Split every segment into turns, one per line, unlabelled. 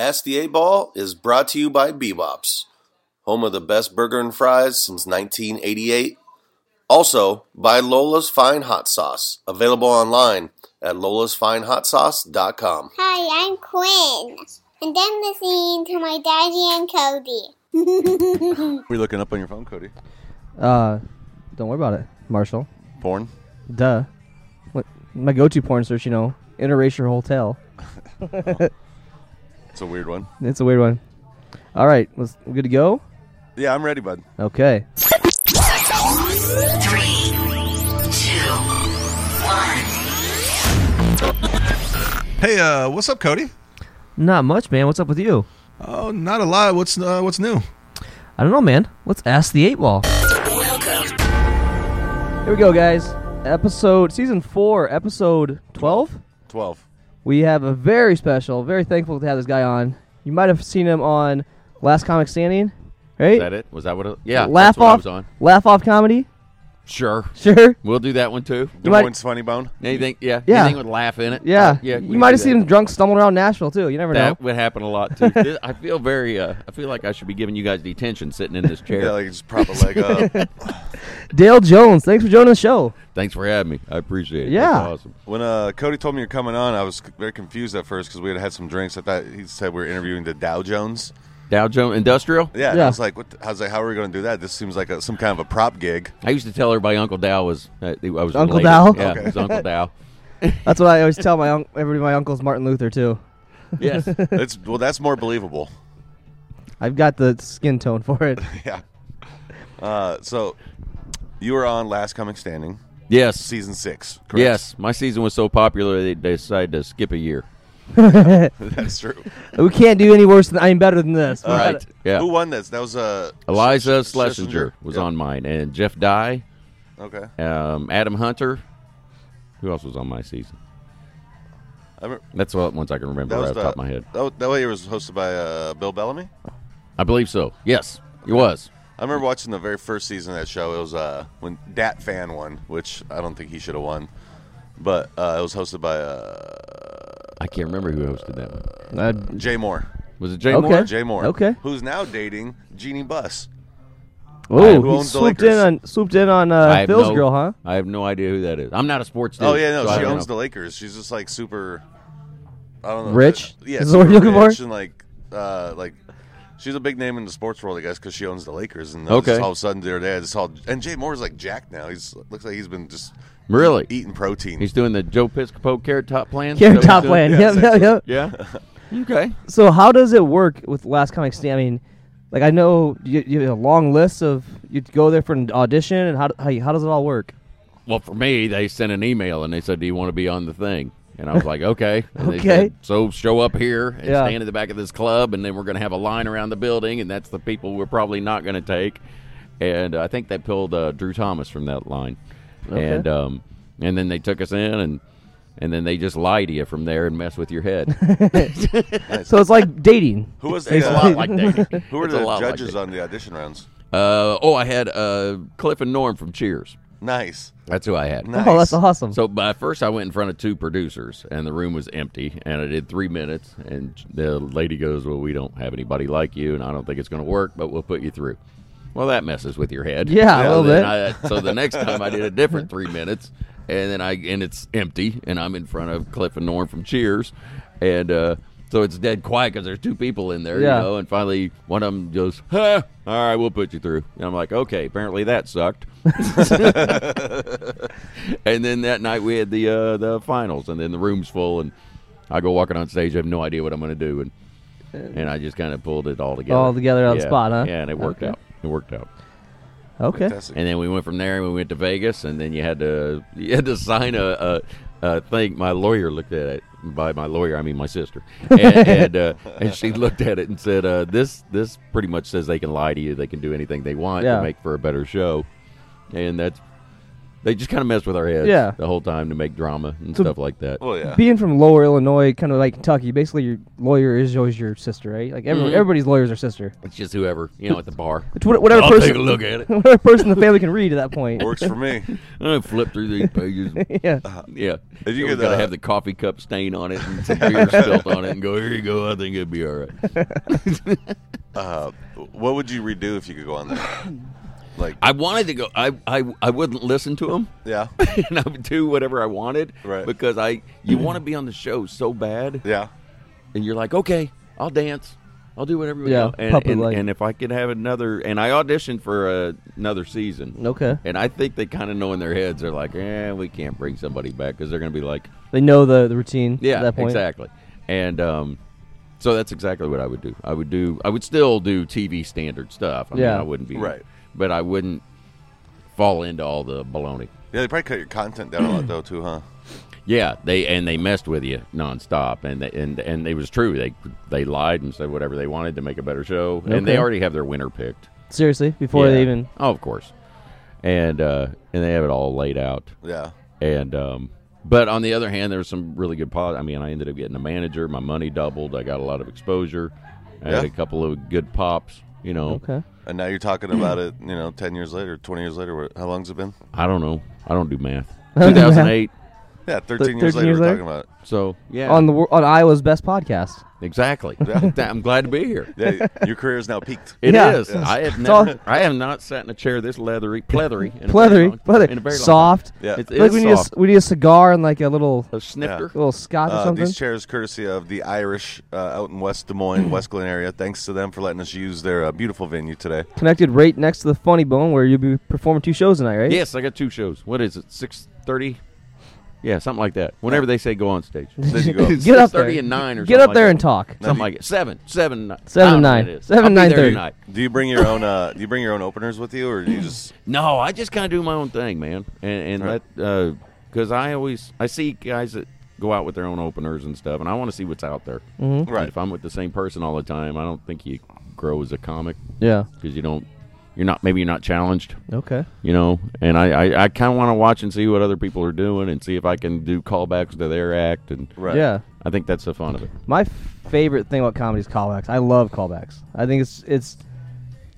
SDA Ball is brought to you by Bebops, home of the best burger and fries since 1988. Also by Lola's Fine Hot Sauce, available online at lolasfinehotsauce.com.
Hi, I'm Quinn, and I'm listening to my daddy and Cody.
What are you looking up on your phone, Cody?
Uh, don't worry about it, Marshall.
Porn?
Duh. What, my go-to porn search, you know, interracial hotel.
It's a weird one.
It's a weird one. All right, let's we good to go.
Yeah, I'm ready, bud.
Okay.
Three, two, one.
Hey, uh, what's up, Cody?
Not much, man. What's up with you?
Oh, not a lot. What's uh, what's new?
I don't know, man. Let's ask the eight ball. Here we go, guys. Episode season four, episode twelve.
12.
We have a very special, very thankful to have this guy on. You might have seen him on Last Comic Standing, right?
Is that it? Was that what? It, yeah.
laugh
that's what I
off,
was on.
laugh off comedy.
Sure.
Sure.
We'll do that one too.
Des
might-
Moines Funny Bone?
Anything? Yeah.
Yeah.
Anything with laugh in it.
Yeah.
Uh, yeah. we
You
can
might
do
have seen
that.
him drunk stumbling around Nashville too. You never know.
That would happen a lot too. This- I feel very. Uh, I feel like I should be giving you guys detention sitting in this chair.
Yeah, like just prop a leg up.
Dale Jones, thanks for joining the show.
Thanks for having me. I appreciate it.
Yeah.
That's awesome.
When uh, Cody told me you're coming on, I was c- very confused at first because we had had some drinks. I thought he said we were interviewing the Dow Jones.
Dow Jones Industrial.
Yeah, and
Yeah.
I was like, what the, I was like, how are we going to do that? This seems like a, some kind of a prop gig.
I used to tell everybody Uncle Dow was. Uh, I was
Uncle
related.
Dow?
Yeah,
Okay.
it was Uncle Dow.
That's what I always tell my un- everybody. My uncle's Martin Luther too.
Yes.
It's well, that's more believable.
I've got the skin tone for it.
Yeah. Uh, so you were on Last Comic Standing,
Yes.
season six. Correct?
yes. My season was so popular they they decided to skip a year.
that's true.
we can't do any worse than I'm better than this. We
Right.
gotta-
Yeah.
Who won this? That was uh,
Eliza
Sch- Schlesinger?
Schlesinger was
Yeah.
on mine, and Jeff Dye
Okay.
um, Adam Hunter. Who else was on my season?
I remember,
That's the ones I can remember
that
right
was
off the top of my head.
That, wa- that way it was hosted by uh, Bill Bellamy.
I believe so. Yes, it was.
I remember watching the very first season of that show. It was uh, when Dat Fan won, which I don't think he should have won, but uh, it was hosted by uh,
I can't remember who hosted that one.
Uh,
Jay Moore.
Was it Jay
Okay. Uh,
Moore?
Jay Moore.
Okay.
Who's now dating Jeannie Buss.
oh,
who
he
owns the
swooped in
Lakers?
on swooped in on
I
uh,
have
Phil's
no-
girl, huh?
I have no idea who that is. I'm not a sports dude.
Oh yeah, no,
so I
she
don't
owns
know.
the Lakers. She's just like super. I don't know.
Rich?
Yeah,
Is that what
super
you're looking for?
rich And like, uh, like, she's a big name in the sports world, I guess, because she owns the Lakers. And uh,
Okay.
just all of a sudden, the other day, I just saw, and Jay Moore's like Jack now. He's looks like he's been just
Really?
eating protein.
He's doing the Joe Piscopo carrot top plan.
Carrot
Is that
top
what he's
plan.
doing?
Yep, yep, yep.
Yeah. okay.
So how does it work with Last Comic Standing? I mean, like I know you, you have a long list of you go there for an audition, and how, how how does it all work?
Well, for me, they sent an email and they said, "Do you want to be on the thing?" And I was like, "Okay." And they
Okay.
said, so show up here and
Yeah.
stand at the back of this club, and then we're going to have a line around the building, and that's the people we're probably not going to take. And I think they pulled uh, Drew Thomas from that line, and um, and then they took us in, and and then they just lie to you from there and mess with your head.
So it's like dating.
Who was the,
it's a lot
uh,
like that.
who were
It's a
the
lot like
judges
that.
on the audition rounds?
Uh, oh, I had uh, Cliff and Norm from Cheers.
Nice.
That's who I had.
nice.
Oh, that's awesome.
So, but at first I went in front of two producers, and the room was empty, and I did three minutes, and the lady goes, "Well, we don't have anybody like you, and I don't think it's going to work, but we'll put you through." Well, that messes with your head.
Yeah, a
So
little
then
bit.
I- so the next time I did a different three minutes, and then I and it's empty, and I'm in front of Cliff and Norm from Cheers, and uh, so it's dead quiet because there's two people in there,
Yeah.
you know. And finally, one of them goes, "Huh, all right, we'll put you through." And I'm like, "Okay, apparently that sucked." And then that night we had the uh, the finals, and then the room's full, and I go walking on stage. I have no idea what I'm going to do, and and I just kind of pulled it all together,
All together on the
Yeah,
spot, huh?
Yeah, and it worked
Okay.
out. It worked out.
Okay.
Fantastic.
And then we went from there, and we went to Vegas, and then you had to you had to sign a, a, a thing. My lawyer looked at it. By my lawyer, I mean my sister, and and, uh, and she looked at it and said, uh, "This this pretty much says they can lie to you. They can do anything they want
Yeah.
to make for a better show." And that's They just kind of mess with our heads
Yeah.
the whole time to make drama and
So-
stuff like that.
Well, Oh, yeah.
Being from Lower Illinois, kind of like Kentucky, basically your lawyer is always your sister, right? Like
Mm-hmm.
every, everybody's lawyer's their sister.
It's just whoever you know at the bar.
It's what- whatever
I'll
person,
take a look at it.
whatever person the family can read at that point.
Works for me.
I flip through these pages.
yeah,
Yeah,
If you
you
could,
gotta
uh,
have the coffee cup stain on it and some beer spilt on it, and go here you go. I think it'd be all right.
Uh, what would you redo if you could go on there? Like,
I wanted to go. I I, I wouldn't listen to him,
yeah,
and I would do whatever I wanted.
Right.
Because I you want to be on the show so bad,
yeah.
and you're like, okay, I'll dance, I'll do whatever. we
Yeah,
know." and,
puppet
and,
like.
and if I could have another, and I auditioned for uh, another season.
okay.
And I think they kind of know in their heads they're like, eh, we can't bring somebody back because they're going to be like,
They know the, the routine.
Yeah,
at that point.
exactly. And um, so that's exactly what I would do. I would do. I would still do TV standard stuff. I mean,
Yeah.
I wouldn't be
Right.
but I wouldn't fall into all the baloney.
Yeah, they probably cut your content down a lot, though, too, huh?
Yeah, they and they messed with you nonstop, and they, and and it was true. They they lied and said whatever they wanted to make a better show, and they
Okay.
already have their winner picked
Seriously, before
Yeah.
they even
Oh, of course, and uh, and they have it all laid out.
Yeah.
And um, but on the other hand, there was some really good. Pod- I mean, I ended up getting a manager. My money doubled. I got a lot of exposure. I had
Yeah.
a couple of good pops. You know,
okay.
And now you're talking about it, you know, 10 years later, 20 years later. what- How long's it been?
I don't know. I don't do math.
don't do math.
2008.
Yeah, 13
Thir-
years
13
later,
years
we're
later?
talking about it.
So yeah,
on the wor- on Iowa's best podcast.
exactly. I'm glad to be here.
Yeah, your career is now peaked.
It is.
Yeah.
I have
It's all-
never. I have not sat in a chair this leathery, pleathery, in a very
Pleathery,
long- in a
pleathery,
very long time.
soft.
Yeah.
It's,
Like
it's
we need a,
soft.
c- we need a cigar and like a little
A snifter.
little scotch or
Uh,
something.
these chairs, courtesy of the Irish uh, out in West Des Moines, West Glen area. Thanks to them for letting us use their uh, beautiful venue today.
Connected right next to the Funny Bone, where you'll be performing two shows tonight, right?
Yes, I got two shows. What is it? Six thirty? Yeah, something like that. Whenever they say go on stage,
There you go.
Get up there.
6:30 and nine or
Get
something
up there
like
and
that.
talk.
something like it. Seven, seven, ni-
Seven,
I don't know
nine.
what it is.
Seven,
I'll be
nine
there
thirty.
tonight.
Do you bring your own? Uh, do you bring your own openers with you, or do you just?
No, I just kind of do my own thing, man, and and
Right.
that because I always I see guys that go out with their own openers and stuff, and I want to see what's out there. Mm-hmm.
Right.
If I'm with the same person all the time, I don't think you grow as a comic
Yeah.
because you don't. You're not maybe you're not challenged,
Okay.
you know. And I I, I kind of want to watch and see what other people are doing and see if I can do callbacks to their act and
Right.
Yeah.
I think that's the fun of it.
My favorite thing about comedy is callbacks. I love callbacks. I think it's it's,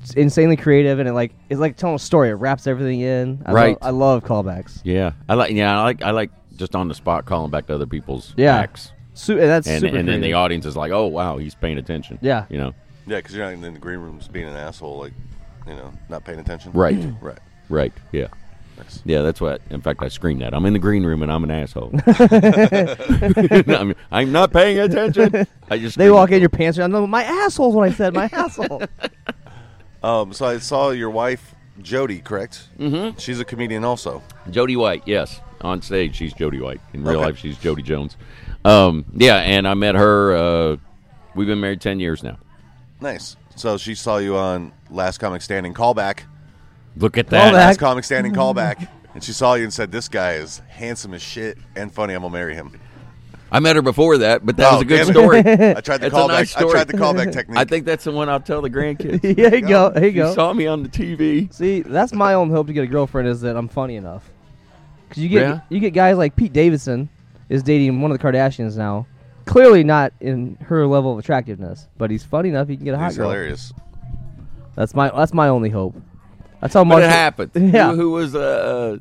it's insanely creative and it like it's like telling a story. It wraps everything in. I Love,
Right.
I love callbacks.
Yeah, I like. Yeah, I like. I like just on the spot calling back to other people's
Yeah.
acts,
Su- and that's
and
super.
and then the
creative.
audience is like, "Oh wow, he's paying attention."
Yeah.
you know,
Yeah, because you're not in the green rooms being an asshole, like you know, not paying attention.
Right.
Right.
right? Yeah,
Nice.
yeah. That's what. In fact, I screamed that. I'm in the green room and I'm an asshole. I'm, I'm not paying attention. I just
They
screamed
walk in,
it.
your pants are down. No, my asshole's what I said. My asshole.
Um. So I saw your wife, Jody. Correct. Mm-hmm. She's a comedian, also.
Jody White, yes. On stage, she's Jody White. In real
Okay.
life, she's Jody Jones. Um, yeah, and I met her. Uh, we've been married ten years now.
Nice. So she saw you on Last Comic Standing callback.
Look at that.
Callback.
Last Comic Standing callback. And she saw you and said, "This guy is handsome as shit and funny. I'm gonna marry him."
I met her before that, but that
Oh,
was a good
damn it.
story.
I tried the
It's a
callback.
nice
I
story.
tried the callback technique.
I think that's the one I'll tell the grandkids.
yeah, you go. There you
You
go.
saw me on the TV.
See, that's my own hope to get a girlfriend is that I'm funny enough. Cause you get
Yeah.
you get guys like Pete Davidson is dating one of the Kardashians now. Clearly not in her level of attractiveness, but he's funny enough. He can get a hot
He's
girl.
hilarious.
That's my that's my only hope. That's how
But
much
it happened.
Yeah.
Who, who was a,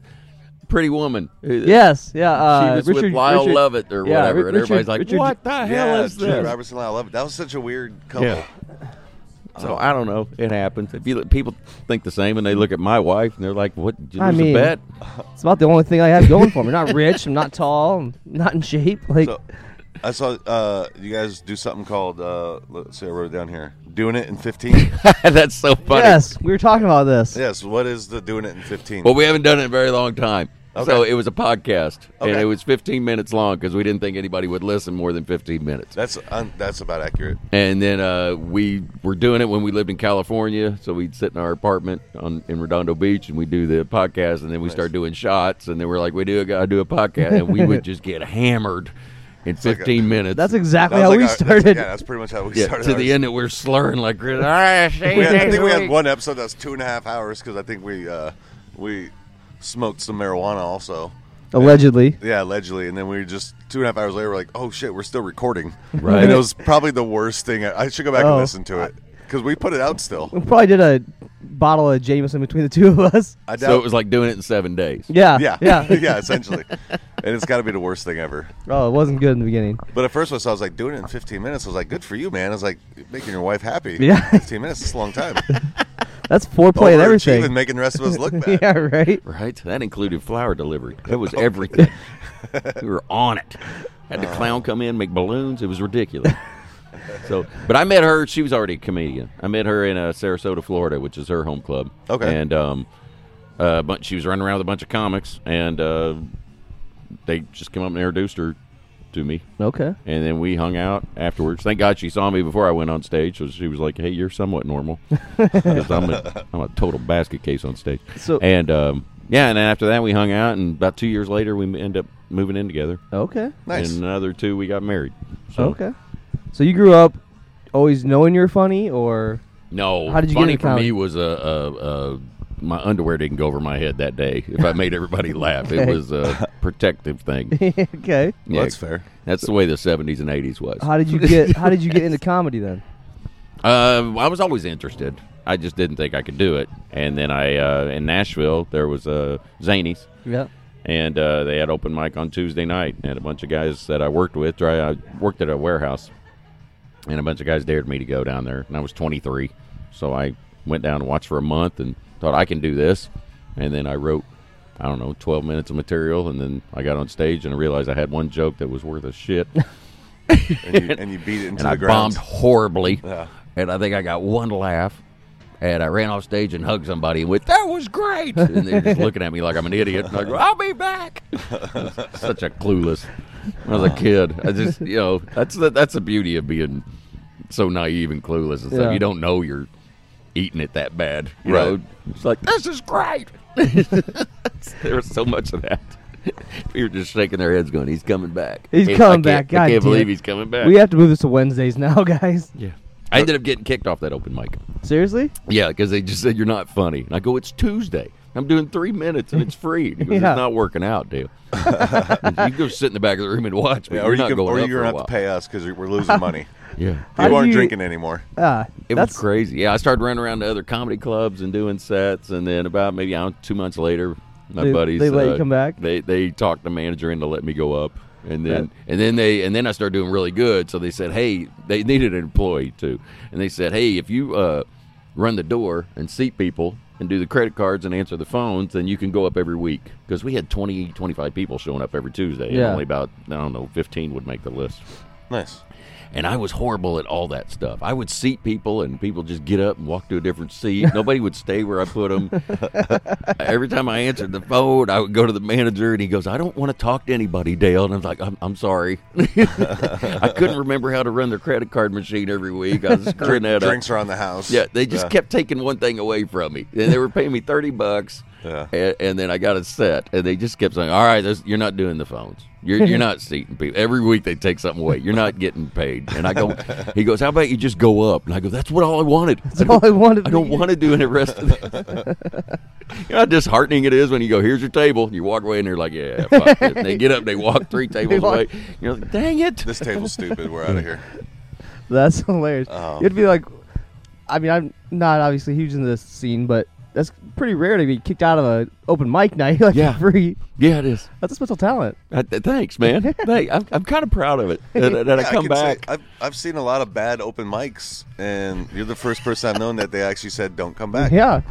a pretty woman?
Yes. Yeah. Uh,
she was
Richard,
with Lyle
Richard,
Lovett or
yeah,
whatever,
Ri-
and everybody's
Richard-
like,
Richard-
"What the hell
yeah,
is
Julia
this?"
Robertson, I love it. That was such a weird couple.
Yeah. So I don't know. It happens. If you look- people think the same, and they look at my wife and they're like, "What? Did you
I
lose
mean-
a bet?"
It's about the only thing I have going for me. I'm not rich. I'm not tall. I'm not in shape. Like
So I saw uh, you guys do something called. Uh, let's see, I wrote it down here. Doing it in 15.
That's so funny.
yes, we were talking about this.
yes. What is the doing it in 15?
Well, we haven't done it in a very long time. So it was a podcast, and
Okay.
it was 15 minutes long because we didn't think anybody would listen more than 15 minutes.
that's un- that's about accurate.
And then uh, we were doing it when we lived in California. So we'd sit in our apartment on in Redondo Beach and we'd do the podcast. And then we start doing shots. And then we're like, we do got to do a podcast. and we would just get hammered in 15 minutes.
That's
Oh,
That
exactly
was
how
like
we
our- that's-
started.
yeah, that's pretty much how we
Yeah,
started.
to the
ours.
end that we're slurring like, "All right, see you
We had- I
next
think we had
week."
one episode that's two and a half hours because I think we uh, we smoked some marijuana also.
Allegedly.
Yeah, allegedly. And then we were just two and a half hours later, we're like, oh shit, we're still recording.
Right.
And it was probably the worst thing. I, I should go back
Oh.
and listen to it because we put it out still.
We probably did a bottle of Jameson between the two of us.
I doubt.
So it was like doing it in seven days.
Yeah.
yeah,
Yeah.
yeah, essentially. And it's got to be the worst thing ever.
Oh, it wasn't good in the beginning.
But at first, when I saw, I was like, doing it in 15 minutes. I was like, good for you, man. I was like, making your wife happy.
Yeah.
15 minutes is a long time.
That's foreplay and
Overachieving,
everything.
making the rest of us look bad.
Yeah, right.
Right? That included flower delivery. That was everything. we were on it. Had the clown come in, make balloons. It was ridiculous. So, but I met her. She was already a comedian. I met her in uh, Sarasota, Florida, which is her home club.
Okay.
And um, uh, but she was running around with a bunch of comics, and uh, they just came up and introduced her to me,
Okay.
and then we hung out afterwards. Thank God she saw me before I went on stage, so she was like, "Hey, you're somewhat normal." 'Cause I'm a, I'm a total basket case on stage.
So-
and um, yeah, and then after that we hung out, and about two years later we m- end up moving in together.
Okay.
Nice.
And another two, we got married. So,
Okay. So you grew up always knowing you're funny, or
No,
How did you get
funny
into
for
comedy?
me was uh, uh, uh, my underwear didn't go over my head that day. If I made everybody laugh, it
Okay.
was a protective thing.
okay?
Well,
Yeah,
that's fair.
That's the way the '70s and '80s was.
How did you get? How did you get into comedy then?
Uh, I was always interested. I just didn't think I could do it. And then I uh, in Nashville there was uh, Zanies,
Yeah.
and uh, they had open mic on Tuesday night, and had a bunch of guys that I worked with. Try I worked at a warehouse, and a bunch of guys dared me to go down there, and I was 23, so I went down and watched for a month and thought I can do this, and then I wrote. I don't know, 12 minutes of material, and then I got on stage and I realized I had one joke that was worth a shit.
And you, and you beat it into
and
the
I
ground.
bombed horribly.
Yeah.
And I think I got one laugh. And I ran off stage and hugged somebody and went, That was great. And they're just looking at me like I'm an idiot. And I go, I'll be back. Such a clueless. When I was a kid. I just, you know, that's the, that's the beauty of being so naive and clueless. And stuff.
Yeah.
You don't know you're eating it that bad. You
Right.
know? It's like, This is great. there was so much of that. People just shaking their heads going, He's coming back.
He's
I
coming
can't-
back. God
I can't
damn
believe
it.
he's coming back.
We have to move this to Wednesdays now, guys.
Yeah. I ended up getting kicked off that open mic.
Seriously?
Yeah, because they just said you're not funny. And I go, it's Tuesday. I'm doing three minutes and it's free. And he goes,
Yeah.
It's not working out, dude. you go sit in the back of the room and watch, but
Yeah,
you're
or you
not
can,
going
or
up
you're gonna
for a
have
while.
to pay us because we're losing money.
Yeah,
How do
You aren't
you-
drinking anymore.
Ah,
it
that's
was crazy. Yeah, I started running around to other comedy clubs and doing sets, and then about maybe I don't, know, two months later, my
They-
buddies uh,
they let you come back?
They they talked the manager into letting me go up, and then and then they and then I started doing really good. So they said, hey, they needed an employee too, and they said, hey, if you uh, run the door and seat people and do the credit cards and answer the phones, then you can go up every week because we had 20, 25 people showing up every Tuesday, and
Yeah.
only about I don't know fifteen would make the list.
Nice.
And I was horrible at all that stuff. I would seat people, and people just get up and walk to a different seat. Nobody would stay where I put them. Every time I answered the phone, I would go to the manager, and he goes, "I don't want to talk to anybody, Dale." And I'm like, "I'm, I'm sorry. I couldn't remember how to run their credit card machine every week. I was screwing that up."
Drinks are on the house.
Yeah, they just kept taking one thing away from me. And they were paying me 30 bucks.
Yeah.
And, and then I got a set, and they just kept saying, "All right, this, you're not doing the phones. You're, you're not seating people. Every week they take something away. You're not getting paid." And I go, "He goes, how about you just go up?" And I go, "That's what all I wanted. I
all I wanted.
I don't want to do any rest of this. you know how disheartening it is when you go, here's your table. And you walk away and they're like, yeah, fuck it. And they get up, they walk three tables
walk-
away. You're like, dang it.
This table's stupid. We're out of here.
That's hilarious.
Oh.
You'd be like, I mean, I'm not obviously huge in this scene, but that's pretty rare to be kicked out of an open mic night like
Yeah.
for free.
Yeah, it is.
That's a special talent.
I, th- thanks, man. Thank- I'm, I'm kind of proud of it that, that
Yeah,
I come
can say-
back.
I've, I've seen a lot of bad open mics, and you're the first person I've known that they actually said, don't come back.
Yeah.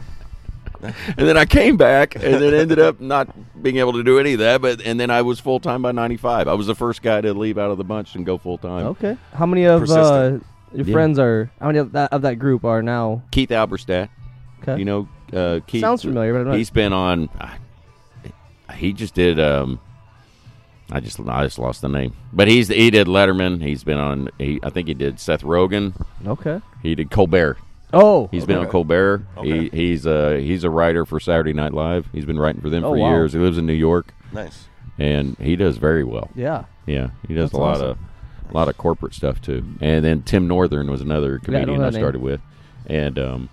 and then I came back, and then ended up not being able to do any of that. But and then I was full time by '95. I was the first guy to leave out of the bunch and go full time.
Okay. How many of uh,
Persistent.
your
Yeah.
friends are? How many of that, of that group are now?
Keith Alberstadt,
Okay.
you know, uh, Keith
Sounds familiar, but I'm not-
He's been on. I- He just did. Um, I just I just lost the name, but he's he did Letterman. He's been on. He, I think he did Seth Rogen.
Okay.
He did Colbert.
Oh,
He's been on Colbert.
Okay.
He, he's uh, he's a writer for Saturday Night Live. He's been writing for them
Oh,
for
wow.
years. He lives in New York,
Nice.
and he does very well.
yeah.
Yeah, he does
That's
a lot
awesome.
of a lot of corporate stuff too. And then Tim Northern was another
know
comedian I
that name.
started with, and um,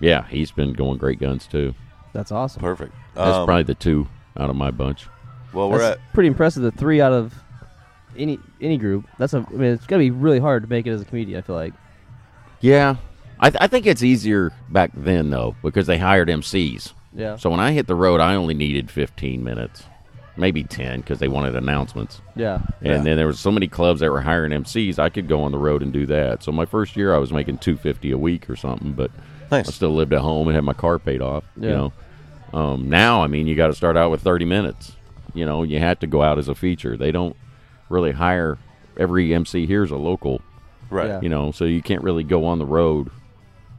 yeah, he's been going great guns too.
That's awesome.
Perfect.
That's
Um,
probably the two out of my bunch.
well, we're
That's
at
pretty impressive. The three out of any any group. That's a. I mean, it's gotta be really hard to make it as a comedian. I feel like.
Yeah, I, th- I think it's easier back then though because they hired MCs.
Yeah.
So when I hit the road, I only needed 15 minutes, maybe 10 because they wanted announcements.
Yeah.
And then there was so many clubs that were hiring MCs, I could go on the road and do that. So my first year, I was making 250 a week or something, but
Nice.
I still lived at home and had my car paid off. You
Yeah.
know, um, now I mean, you got to start out with 30 minutes. You know, you have to go out as a feature. They don't really hire every MC here's a local.
right.
Yeah.
You know, so you can't really go on the road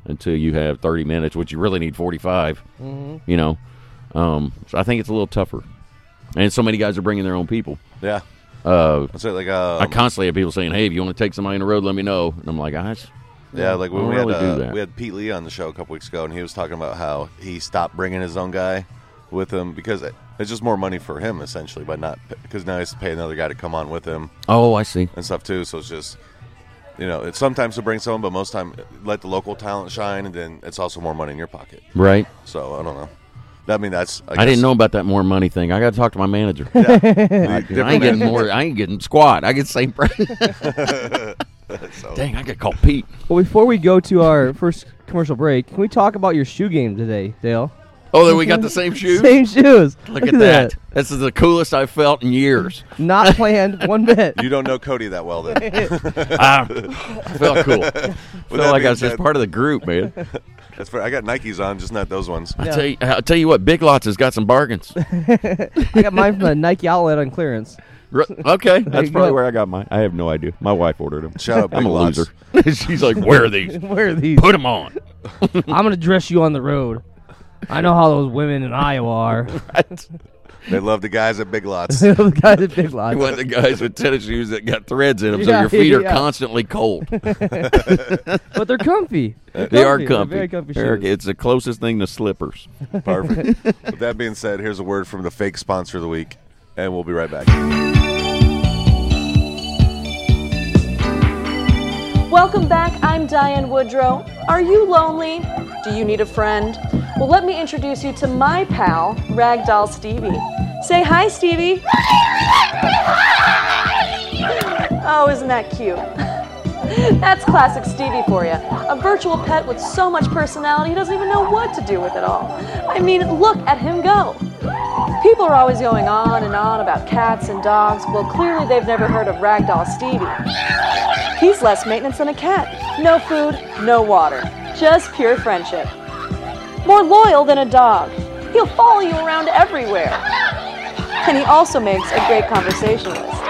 until you have 30 minutes, which you really need 45.
Mm-hmm.
You know, um, so I think it's a little tougher. And so many guys are bringing their own people.
Yeah.
Uh,
That's it. Like um,
I constantly have people saying, "Hey, if you want to take somebody on the road, let me know." And I'm like, "Guys,
Yeah, like
I
when we
don't
had
really
uh,
do that.
we had Pete Lee on the show a couple weeks ago, and he was talking about how he stopped bringing his own guy with him because it- it's just more money for him essentially, but not because now he has to pay another guy to come on with him
oh, I see.
and stuff too. So it's just you know, it's sometimes to bring someone, but most time let the local talent shine, and then it's also more money in your pocket.
Right?
So I don't know. I mean, that's
I, didn't know about that more money thing. I got to talk to my manager.
I,
I ain't getting more. I ain't getting squat. I get the same price. Dang, I could call Pete.
Well, before we go to our first commercial break, can we talk about your shoe game today, Dale?
Oh, then we got the same shoes.
Same shoes.
Look, at that. This is the coolest I've felt in years.
that. Not planned one bit.
You don't know Cody that well, then.
Ah, I felt cool. I
With
felt
that
like I
being
was just
said,
part of the group, man.
That's fair. I got Nikes on, just not those ones.
I tell you, I tell you what, Big Lots has got some bargains.
I got mine from the Nike outlet on clearance.
Ru- Okay,
you
that's
go.
probably where I got mine. I have no idea. My wife ordered them.
Shout out,
I'm
Big
a
Lots.
loser. She's like, "Where are these?
Where are these?
Put them on."
I'm gonna dress you on the road. I know how those women in Iowa are.
They love the guys at Big Lots.
those guys at Big Lots.
You want the guys with tennis shoes that got threads in them, so
Yeah,
your feet are
yeah.
constantly cold.
But they're comfy. They're
They are
They're
comfy.
very comfy
Eric,
shoes.
it's the closest thing to slippers.
Perfect. With that being said, here's a word from the fake sponsor of the week, and we'll be right back.
Welcome back. I'm Diane Woodrow. Are you lonely? Do you need a friend? Well, let me introduce you to my pal, Ragdoll Stevie. Say hi, Stevie. Oh, isn't that cute? That's classic Stevie for you. A virtual pet with so much personality, he doesn't even know what to do with it all. I mean, look at him go. People are always going on and on about cats and dogs. Well, clearly they've never heard of Ragdoll Stevie. He's less maintenance than a cat. No food, no water. Just pure friendship. More loyal than a dog. He'll follow you around everywhere. And he also makes a great conversationalist.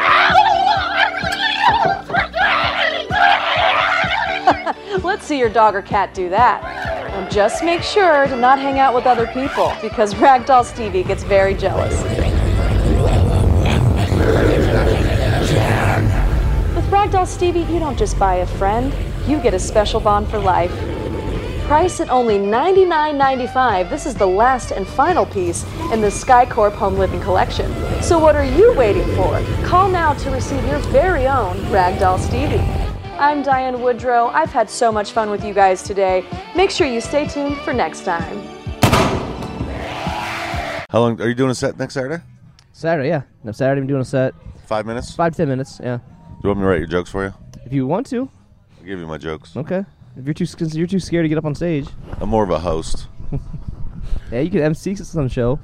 Let's see your dog or cat do that. And just make sure to not hang out with other people because Ragdoll Stevie gets very jealous. With Ragdoll Stevie, you don't just buy a friend, you get a special bond for life. Price at only $99.95, this is the last and final piece in the SkyCorp Home Living Collection. So what are you waiting for? Call now to receive your very own Ragdoll Stevie. I'm Diane Woodrow. I've had so much fun with you guys today. Make sure you stay tuned for next time.
How long are you doing a set next Saturday?
Saturday, yeah. No, Saturday I'm doing a set.
Five minutes.
Five, ten minutes, yeah.
Do you want me to write your jokes for you?
If you want to,
I'll give you my jokes.
okay. If you're too sc- you're too scared to get up on stage,
I'm more of a host.
yeah, you can MC some show.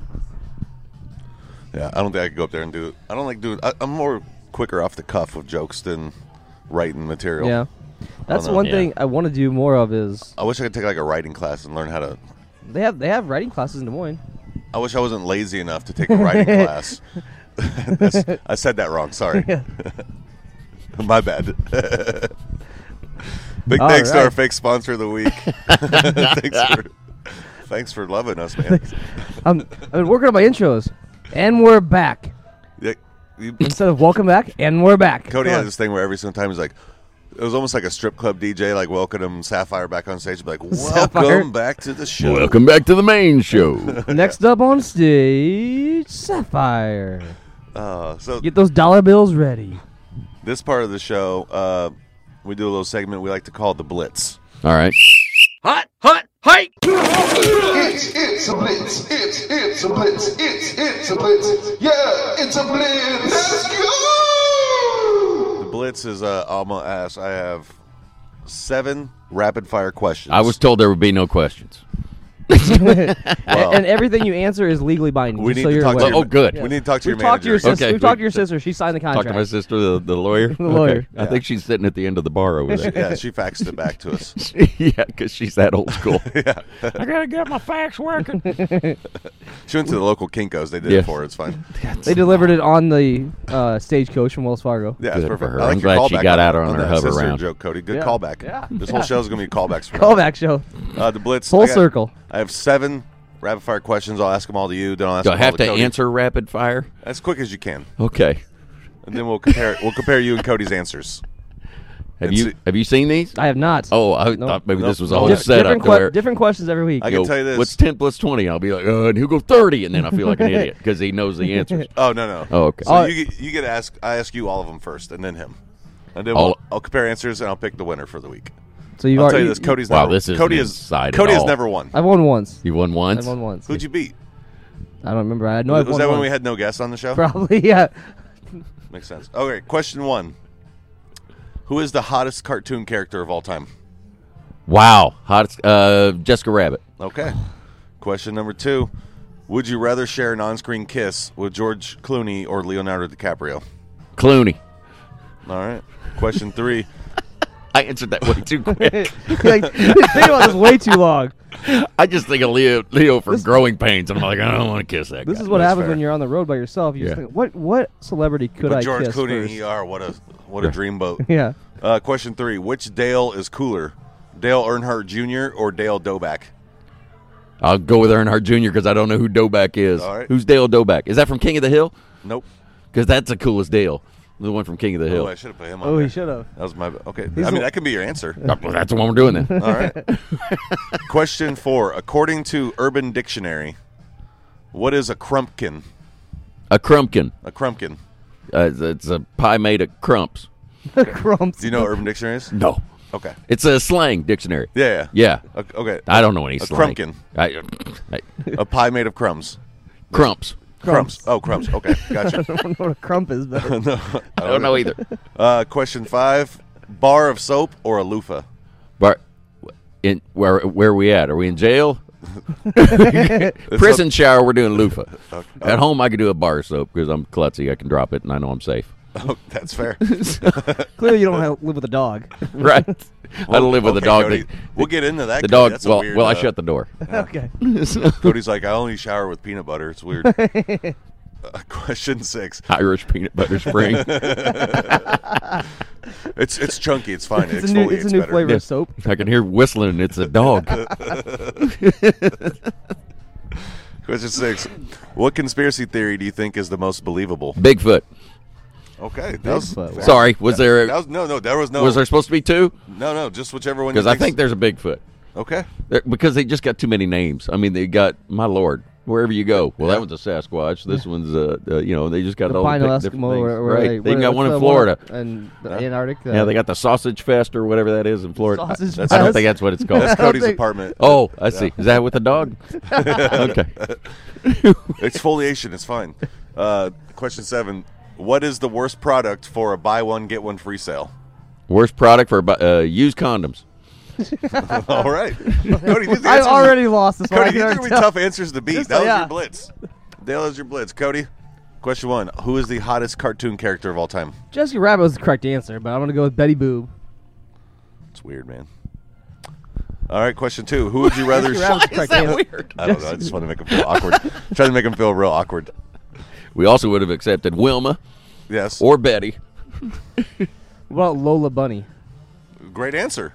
Yeah, I don't think I could go up there and do it. I don't like doing. I, I'm more quicker off the cuff with jokes than writing material.
Yeah, that's the
no.
one
Yeah.
thing I want to do more of is
I wish I could take like a writing class and learn how to.
they have they have writing classes in Des Moines.
I wish I wasn't lazy enough to take a writing class. That's, I said that wrong. Sorry. my bad. Big
All
thanks to our
right.
fake sponsor of the week. thanks, for, thanks for loving us, man.
I'm I've been working on my intros, and we're back
Yeah, you-
instead of welcome back, and we're back.
Cody
Come
had
on.
this thing where every single time he's like, it was almost like a strip club DJ, like welcome Sapphire back on stage, be like, welcome
Sapphire.
back to the show.
Welcome back to the main show.
Next up on stage, Sapphire.
Uh, so
Get those dollar bills ready.
this part of the show, uh, we do a little segment we like to call the Blitz.
All right.
It's it's a blitz. It's it's a blitz. It's it's a blitz. Yeah, it's a blitz. Let's
The
go.
blitz is uh, Alma asks. I have seven rapid fire questions.
I was told there would be no questions.
Well,
and everything you answer is legally binding.
we
just
need
so
to
you're
talk to
aware.
your,
Oh, good.
We need to talk to
We've
your
talked
manager.
to your sister.
Okay,
We've talked
good.
to your sister. She signed the
Talk
contract.
to my sister, the, the lawyer. The
lawyer.
I think she's sitting at the end of the bar over there.
yeah, she faxed it back to us.
yeah, because she's that old school. I gotta get my facts working.
She went to the local Kinkos. They did
Yeah.
it for her. It's fine.
They delivered it on the uh, stagecoach from Wells Fargo.
Yeah,
Good
it's
for
perfect.
her.
I like
I'm
your
glad she
callback
got out
on,
on her
that
hover
sister
round.
joke, Cody. Good
Yeah.
callback.
Yeah.
This whole show's gonna be callbacks. From now on.
Callback show.
Uh, the blitz.
Full
I got-
circle.
I have seven rapid fire questions. I'll ask them all to you. Then I'll ask
Do I
them all
have to
Cody.
answer rapid fire?
as quick as you can,
Okay.
and then we'll compare. we'll compare you and Cody's answers.
Have
It's-
you have you seen these?
I have not.
Oh, I
No.
thought maybe
No.
this was a
No.
whole
Di-
setup.
different,
to
que-
where-
different questions every week.
I
you
can
know,
tell you this.
What's ten plus twenty? I'll be like, uh, and he'll go thirty, and then I feel like an idiot because he knows the answers.
Oh no no.
Oh, okay.
So
All-
you get- you get asked. I ask you all of them first, and then him, and then
All-
we'll, I'll compare answers, and I'll pick the winner for the week.
so you've
I'll
already.
tell you this. Cody's
Wow,
never.
this isn't
Cody is
inside at
Cody has
all.
never won.
I've won once.
You won once.
I've won once.
Who'd you beat?
I don't remember. I know I've
was
won
that when
once.
we had no guests on the show?
Probably yeah.
Makes sense. Okay, question one. Who is the hottest cartoon character of all time?
Wow, hot. Uh, Jessica Rabbit.
Okay. Question number two. Would you rather share an on-screen kiss with George Clooney or Leonardo DiCaprio?
Clooney.
All right. Question three.
I answered that way too quick.
like, think about this way too long.
I just think of Leo, Leo from Growing Pains, and I'm like, I don't want to kiss that
This
guy.
is what happens
fair.
when you're on the road by yourself. You just
Yeah.
think, what what celebrity could
but
I
George
kiss
Clooney
first?
in ER, what a what a dreamboat.
Yeah.
Uh, question three. Which Dale is cooler? Dale Earnhardt Jr. or Dale Doback?
I'll go with Earnhardt Jr. because I don't know who Doback is.
All right.
Who's Dale Doback? Is that from King of the Hill?
Nope.
Because that's the coolest Dale. The one from King of the
Oh,
Hill.
I should have put him on.
Oh,
there.
he should have.
That was my okay. I mean, that could be your answer.
Well, that's the one we're doing then.
All right. Question four. According to Urban Dictionary, what is a crumpkin?
a crumpkin.
A crumpkin.
Uh, it's- it's a pie made of crumps.
Crumbs.
Do you know what Urban Dictionary is?
No.
Okay.
It's a slang dictionary.
Yeah. Yeah.
Yeah.
O- Okay.
I don't know any slang.
crumpkin.
I, I,
A pie made of crumbs.
crumps.
Crumbs. Oh, crumbs. Okay. Gotcha.
I don't know what a crump is, but
no,
I don't know either.
Uh, question five. Bar of soap or a loofah?
But in where where are we at? Are we in jail? Prison shower. We're doing loofah. At home, I could do a bar soap because I'm klutzy. I can drop it, and I know I'm safe.
Oh, that's fair.
clearly you don't have, live with a dog.
Right? I don't live with
Okay,
a dog.
Cody.
that-
we'll get into that.
the
Cody.
dog.
That's a
Well,
weird,
well, I
uh,
shut the door.
okay.
Cody's like, I only shower with peanut butter. It's weird. uh, question six.
Irish peanut butter spring.
It's it's chunky. It's fine. It
It's a new, it's a
exfoliates
new
better.
flavor of soap.
I can hear whistling. and It's a dog.
Question six. What conspiracy theory do you think is the most believable?
Bigfoot.
Okay, that was,
Bigfoot.
fair.
Sorry. Was there?
That was no, no. There was no.
was there supposed to be two?
no, no. Just whichever one. you
Because I think
think's-
there's a Bigfoot.
Okay.
They're- because they just got too many names. I mean, they got my lord wherever you go. Well, that one's a Sasquatch. This one's a, uh you know they just got
The
all
Pino
the different
Eskimo,
things.
or, or
right?
they,
They
what-
got one
what's
in
the
Florida.
and the Antarctic. uh,
yeah, they got the Sausage Fest or whatever that is in Florida. I-
Sausage
I don't
Fest.
think that's what it's
That's
called.
Cody's
think-
apartment.
oh, I see. Is that with the dog? okay.
Exfoliation is fine. Uh, question seven. What is the worst product for a buy one get one free sale?
Worst product for bu- uh, used condoms.
All right, Cody. These
I
answers-
already lost this one. I
Cody,
can
these are gonna be
already tell.
tough answers to beat.
Just-
that was
yeah.
your blitz. That was your blitz, Cody. Question one: Who is the hottest cartoon character of all time?
Jessica Rabbit was the correct answer, but I'm gonna go with Betty Boop.
It's weird, man. All right, question two: Who would you rather?
Jessica Rabbit's the correct answer.
I don't know. I just want to make him feel awkward. Try to make him feel real awkward.
We also would have accepted Wilma
Yes.
or Betty.
What about Lola Bunny?
Great answer.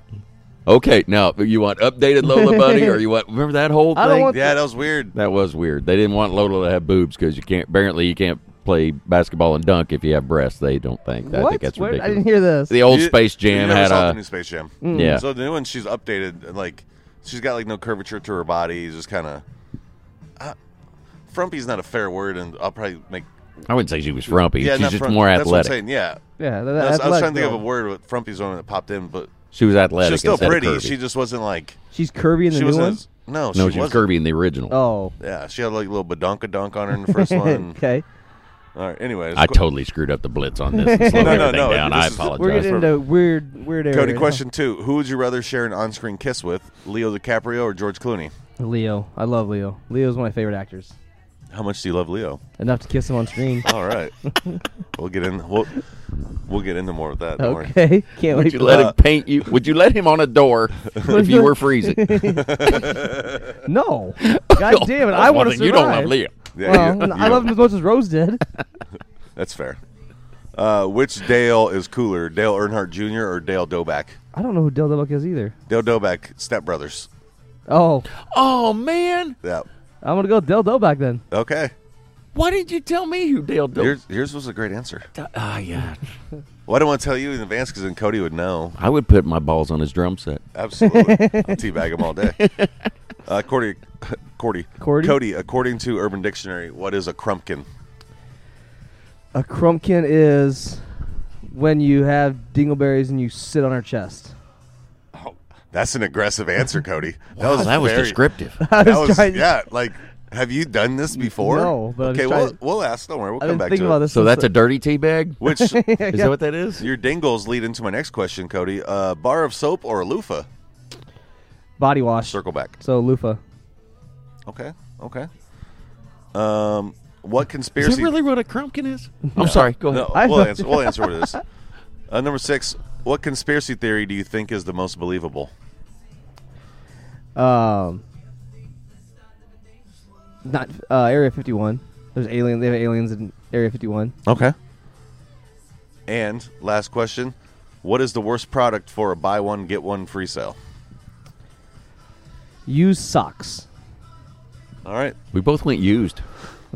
Okay, now you want updated Lola Bunny, or you want remember that whole thing?
I don't want
Yeah, that was weird.
That was weird. They didn't want Lola to have boobs because you can't. Apparently, you can't play basketball and dunk if you have breasts. They don't think. I
what?
think that's
Where-
ridiculous.
I didn't hear this.
the old
You-
Space Jam
you never
had uh,
saw the new
a Mm.
Space Jam.
yeah.
So the new one, she's updated. Like she's got like no curvature to her body. Just kind of. Frumpy's not a fair word, and I'll probably make.
I wouldn't say she was frumpy.
Yeah,
She's
not
just
frump-
more
That's what I'm
athletic.
saying. Yeah.
yeah, the,
I was, I was
athletic
trying to think of
girl.
a word with Frumpy's one that popped in, but
She was athletic.
she's still
instead of
pretty.
curvy.
She just wasn't like
She's curvy in the
she
new
wasn't.
one.
As, No, she,
No, she was
wasn't.
Kirby in the original.
Oh,
Yeah, she had like a little badonka dunk on her in the first one. and-
okay.
All right. Anyways,
I
qu-
totally screwed up the blitz on this. And slowed
No, no,
everything
no,
down.
this
I
is-
apologize.
We're getting
for-
into weird, weird areas.
Cody. Question two: Who would you rather share an on-screen kiss with, Leo DiCaprio or George Clooney?
Leo, I love Leo. Leo's one of my favorite actors.
How much do you love Leo?
Enough to kiss him on screen.
All right, we'll get in. We'll, we'll get into more of that. Don't worry.
okay, can't
Would
wait.
you let him paint you? Would you let him on a door if you were freezing?
No, God damn it! I want to
You don't love Leo.
Yeah,
Well,
you-
I
you-
love him as much as Rose did.
That's fair. Uh, which Dale is cooler, Dale Earnhardt Jr. or Dale Doback?
I don't know who Dale Dubbuck is either.
Dale Doback, stepbrothers.
Oh,
Oh man,
Yeah.
I'm gonna go with Dale Dubbuck then.
Okay.
why didn't you tell me who Dale? Dil-
Yours, yours was a great answer.
Ah, yeah.
Well, I don't want to tell you in advance because then Cody would know.
I would put my balls on his drum set.
Absolutely. I'll teabag him all day. Uh, Cordy, Cordy,
Cordy?
Cody, according to Urban Dictionary, what is a crumpkin?
A crumpkin is when you have dingleberries and you sit on her chest.
That's an aggressive answer, Cody. That
Oh, that was
very-
descriptive.
I
That was,
trying-
yeah, like, have you done this before?
No, but I was
okay,
trying-
we'll, we'll ask. Don't worry, we'll
I've
come
been
back
thinking
to
about
it.
this.
So
since
that's
the-
a dirty tea bag.
Which
Is that what that is?
your dingles lead into my next question, Cody. Uh, bar of soap or a loofah?
body wash.
Circle back.
So loofah.
Okay, okay. Um, what conspiracy?
Is that really what a crumpkin is? I'm sorry. Go ahead.
No,
I
we'll
don't-
answer, we'll answer what it is. Uh, number six, what conspiracy theory do you think is the most believable?
Um, not uh, Area 51. There's alien. They have aliens in Area 51.
Okay. And last question, what is the worst product for a buy one get one free sale?
Use socks.
All right,
We both went used.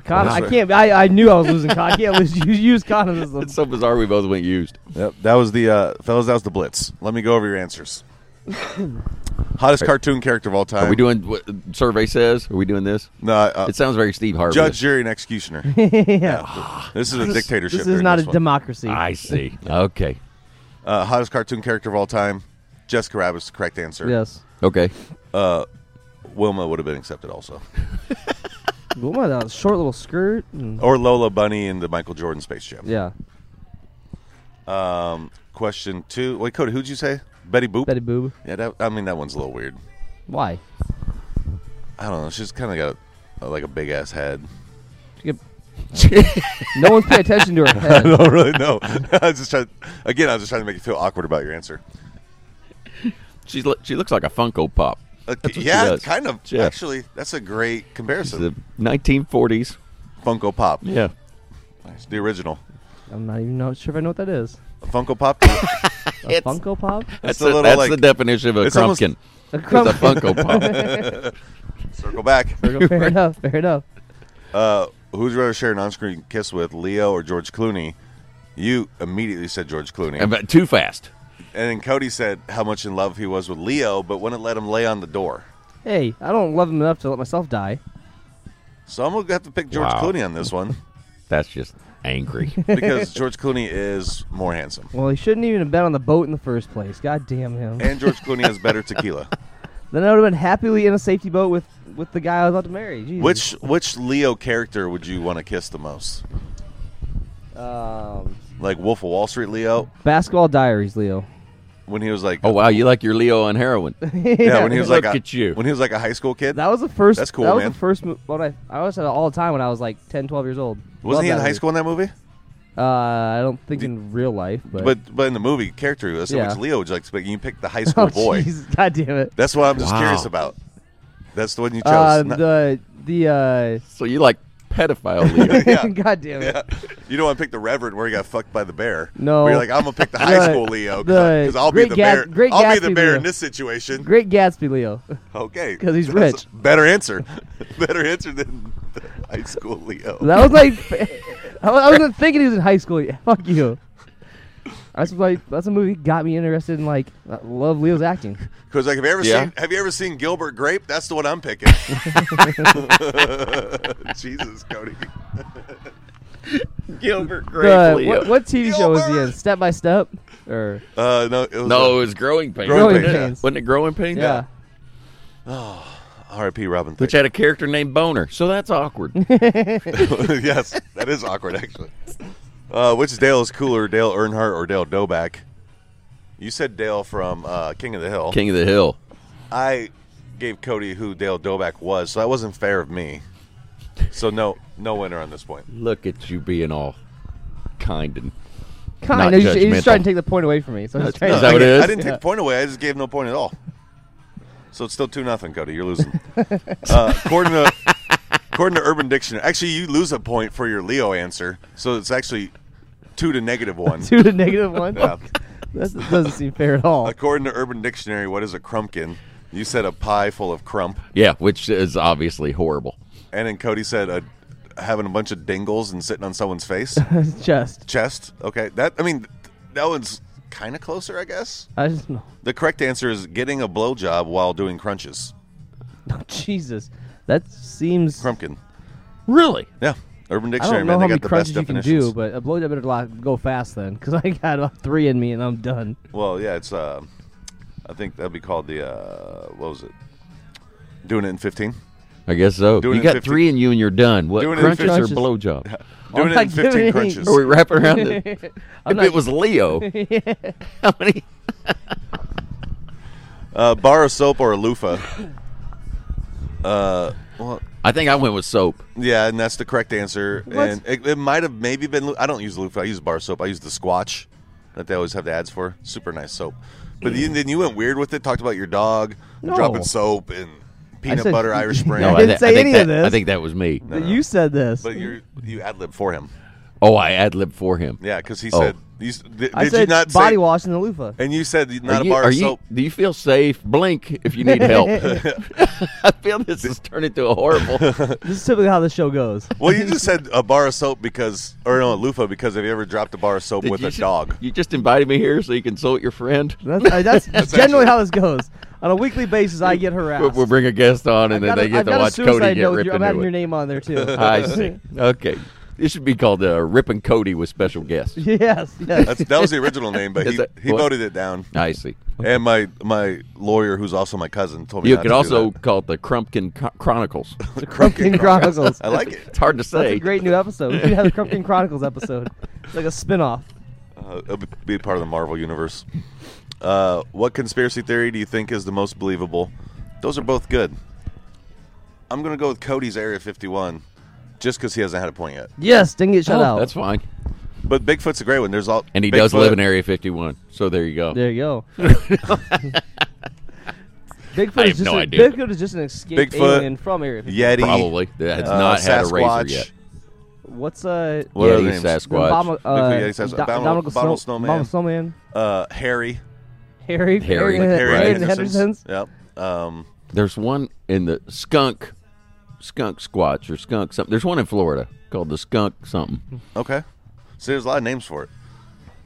Con- I
Oh, right.
can't. I, I knew I was losing. Con- I can't lose, use, use condoms. as a-
It's so bizarre. We both went used.
yep, that was the uh, fellas. That was the blitz. Let me go over your answers. Hottest cartoon character of all time.
Are we doing what survey says? Are we doing this?
no, uh,
It sounds very Steve Harvey.
judge, jury, and executioner. yeah, this is a dictatorship.
This is
during
not a
one.
democracy.
I see. Okay.
uh, hottest cartoon character of all time. Jessica Rabbit's the correct answer.
Yes.
Okay.
Wilma would have been accepted also.
What was that? Short little skirt. And,
Or Lola Bunny in the Michael Jordan Space Jam.
yeah.
Question two. Wait, Cody, who'd you say? Betty Boop?
Betty Boob.
Yeah, that, I mean, that one's a little weird.
Why?
I don't know. She's kind of got a, like a big ass head.
She get- no one's paying attention to her head.
I don't really know. I was just trying, again, I was just trying to make you feel awkward about your answer.
She's li- she looks like a Funko Pop.
Okay,
she
Uh, yeah,
does.
kind of.
Yeah.
Actually, that's a great
It's
comparison.
the 1940s.
Funko Pop.
Yeah.
Nice. The original.
I'm not even know, sure if I know what that is.
A Funko Pop? it's
A Funko Pop?
That's,
a
the-
little
that's
like-
the definition of a
it's almost-
crumpkin.
A
It's a
crumb.
Funko Pop.
Circle back.
fair enough. Fair enough.
Uh, who'd you rather share an on screen kiss with, Leo or George Clooney? You immediately said George Clooney.
But too fast.
And then Cody said how much in love he was with Leo, but wouldn't let him lay on the door.
Hey, I don't love him enough to let myself die.
So I'm gonna have to pick George
Wow.
Clooney on this one
That's just angry.
because George Clooney is more handsome,
Well, he shouldn't even have been on the boat in the first place. God damn him.
and George Clooney has better tequila.
Then I would have been happily in a safety boat with, with the guy I was about to marry. Jesus.
Which which Leo character would you want to kiss the most?
Um,
Like Wolf of Wall Street Leo
basketball diaries, Leo.
when he was like
Oh wow, you like your Leo on heroin?
yeah when he was like
Look
a,
at you.
when he was like a high school kid.
That was the first.
That's cool,
That was
man.
the first. mo- What I I always said it all the time when I was like 10, 12 years old. Love
Wasn't he in
that
high
movie.
school in that movie?
Uh, I don't think in real life, but
But but in the movie character, I said
Yeah.
which Leo would you like to pick? You picked the high school
oh
boy.
jeez, god damn it.
That's what I'm just
Wow.
curious about. That's the one you chose.
Uh,
Not-
the the uh,
So you like pedophile Leo?
Yeah.
god damn it.
You don't want to pick the Reverend where he got fucked by the bear.
No.
Where you're like, I'm gonna pick the high
The-
school Leo
the
because I'll be
Great
the
Gats-
bear.
Great
I'll be the
Gatsby
bear in
Leo.
this situation.
Great Gatsby, Leo.
Okay,
'Cause he's
That's
rich.
a Better answer. better answer than the high school Leo.
That was like I wa- I wasn't thinking he was in high school. yet. Fuck you. That's like that's a movie that got me interested in like I love Leo's acting.
Because like, have you ever
Yeah.
seen Have you ever seen Gilbert Grape? That's the one I'm picking. Jesus, Cody.
Gilbert
The-
Grape Leo.
what, what TV show was he in?
Gilbert!
Step by Step or
Uh, no, it was
No, it
uh,
was growing pains.
Growing
wasn't it?
Pains.
Wasn't it growing pains?
yeah.
R.I.P. Robin
which
Thicke.
had a character named Boner. So that's awkward.
yes, that is awkward actually. Uh, which Dale is cooler, Dale Earnhardt or Dale Doback? You said Dale from uh, King of the Hill.
King of the Hill.
I gave Cody who Dale Doback was, so that wasn't fair of me. So no, no winner on this point.
Look at you being all kind and
Kind
Not
of. He's, he's
judgmental.
trying to take the point away from me. So I'm just trying
Is
to-
that what it
I
is?
didn't take
Yeah.
the point away. I just gave no point at all. So it's still two nothing, Cody. You're losing. uh, according to according to Urban Dictionary, actually you lose a point for your Leo answer. So it's actually two to negative one.
two to negative one.
Yeah.
That doesn't seem fair at all.
According to Urban Dictionary, what is a crumpkin? You said a pie full of crump,
Yeah, which is obviously horrible.
and then Cody said a, having a bunch of dingles and sitting on someone's face,
It's just.
chest. Okay, that I mean, that one's kind of closer, I guess.
I just. No.
The correct answer is getting a blowjob while doing crunches.
no, Jesus. That seems.
Crumpkin.
Really?
Yeah, Urban
I
Dictionary.
don't know
man,
how
they
many
got the best
crunches you can
definitions.
do, but a blowjob better lo- go fast then, because I got about three in me and I'm done.
well, yeah, it's. Uh, I think that'd be called the. Uh, what was it? Doing it in fifteen.
I guess so.
Doing
you
it
got
50
three in you and you're done. What,
Doing it
crunches or
50
blowjob?
I'm
Doing it
not
in fifteen
giving any-
crunches.
Are we wrapping around it? If
I'm
it
not-
was Leo, how many?
A Uh, bar of soap or a loofah. uh, well,
I think I went with soap.
yeah, and that's the correct answer.
What?
And it, it might have maybe been. loo- I don't use loofah. I use bar soap. I use the Squatch that they always have the ads for. Super nice soap. But you, then you went weird with it. Talked about your dog
Mm. No.
dropped in soap and peanut
said-
butter Irish Spring.
No, I
thi-
didn't say
think
any of
that-
this.
I think that was me.
That You said this.
but you you ad lib for him.
Oh, I ad lib for him.
Yeah, because he
Oh.
said. You, s- di- did
I
you
said
not
body
say,
wash in the loofah.
And you said
Are
not
you-
a bar
are
of
you-
soap.
do you feel safe? Blink if you need help. I feel this has turned into a horrible.
This is typically how the show goes.
Well, you just said a bar of soap because, or no, a loofah because have you ever dropped a bar of soap
Did
with
you
a
just-
dog?
You just invited me here so you consult your friend.
That's, uh, that's, generally how this goes. On a weekly basis, I get harassed.
We'll, we'll bring a guest on, and
I've
then
got
they
a-
get
I've
to
got a
watch Cody
suicide
get
note
ripped
I'm adding
into
your
it.
name on there too.
I see. Okay, this should be called uh, "Ripping Cody with Special Guests."
yes, yes.
That's, that was the original name, but
Is
he,
that-
he
what?
voted it down.
I see.
And my my lawyer, who's also my cousin, told me
You
not
could
to do
also
that.
call it the Crumpkin Chron- Chronicles.
The Crumpkin Chronicles.
I like it.
It's hard to
That's
say.
a great new episode. We should have the Crumpkin Chronicles episode. It's like a spin-off.
Uh, it'll be part of the Marvel universe. Uh, what conspiracy theory do you think is the most believable? Those are both good. I'm gonna go with Cody's Area 51, just because he hasn't had a point yet.
Yes, didn't get shut
Oh,
out.
That's fine.
But Bigfoot's a great one. There's all
And he does live in
Bigfoot-
Area 51, so there you go.
There you go.
I
Bigfoot
have
is, just
no
a-
idea.
Bigfoot is just an escaped
Bigfoot.
alien from Area 51.
Yeti,
Probably that has
uh,
not had a razor
Sasquatch.
yet.
What's uh?
What
yeah,
are their
he's
names?
the Obama-
Sasquatch.
uh,
Bigfoot, yeah, he says
Do-
Abominable-
Abominable Snow-
Abominable Snowman.
Abominable Snowman.
Uh, Harry,
Harry.
Harry.
Harry,
Harry
Right.
and
Henderson's.
Henderson's.
Yep. Um,
There's one in the skunk, skunk squatch or skunk something. There's one in Florida called the skunk something.
Okay. So there's a lot of names for it.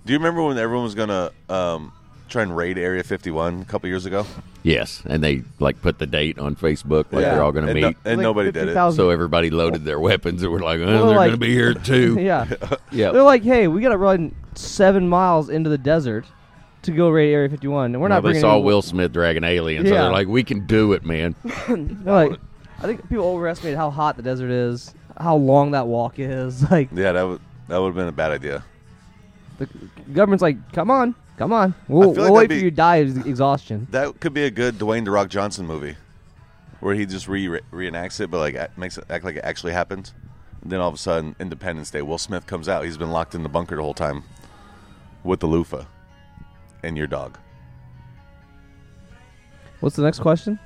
Do you remember when everyone was gonna um, try and raid Area 51 a couple years ago?
Yes, and they like put the date on Facebook like they're all going to
and
meet.
no- and
Like
nobody did it.
50,000
so everybody loaded their weapons and were like, oh,
Well,
they're
like-
going to be here too.
Yeah.
Yeah.
They're like, hey, we got to run seven miles into the desert to go raid Area 51, and we're
Well,
not
they
bringing.
saw
any-
Will Smith dragging aliens, so
Yeah.
they're like, "We can do it, man."
They're like, I think people overestimate how hot the desert is, how long that walk is. Like,
Yeah, that would that would have been a bad idea.
the government's like, come on, come on, we'll,
feel like
we'll wait
that'd be-
for you to die of exhaustion.
That could be a good Dwayne the Rock Johnson movie, where he just re- re- reenacts it, but like act, makes it act like it actually happened. And then all of a sudden, Independence Day, Will Smith comes out. He's been locked in the bunker the whole time with the loofah and your dog.
What's the next question?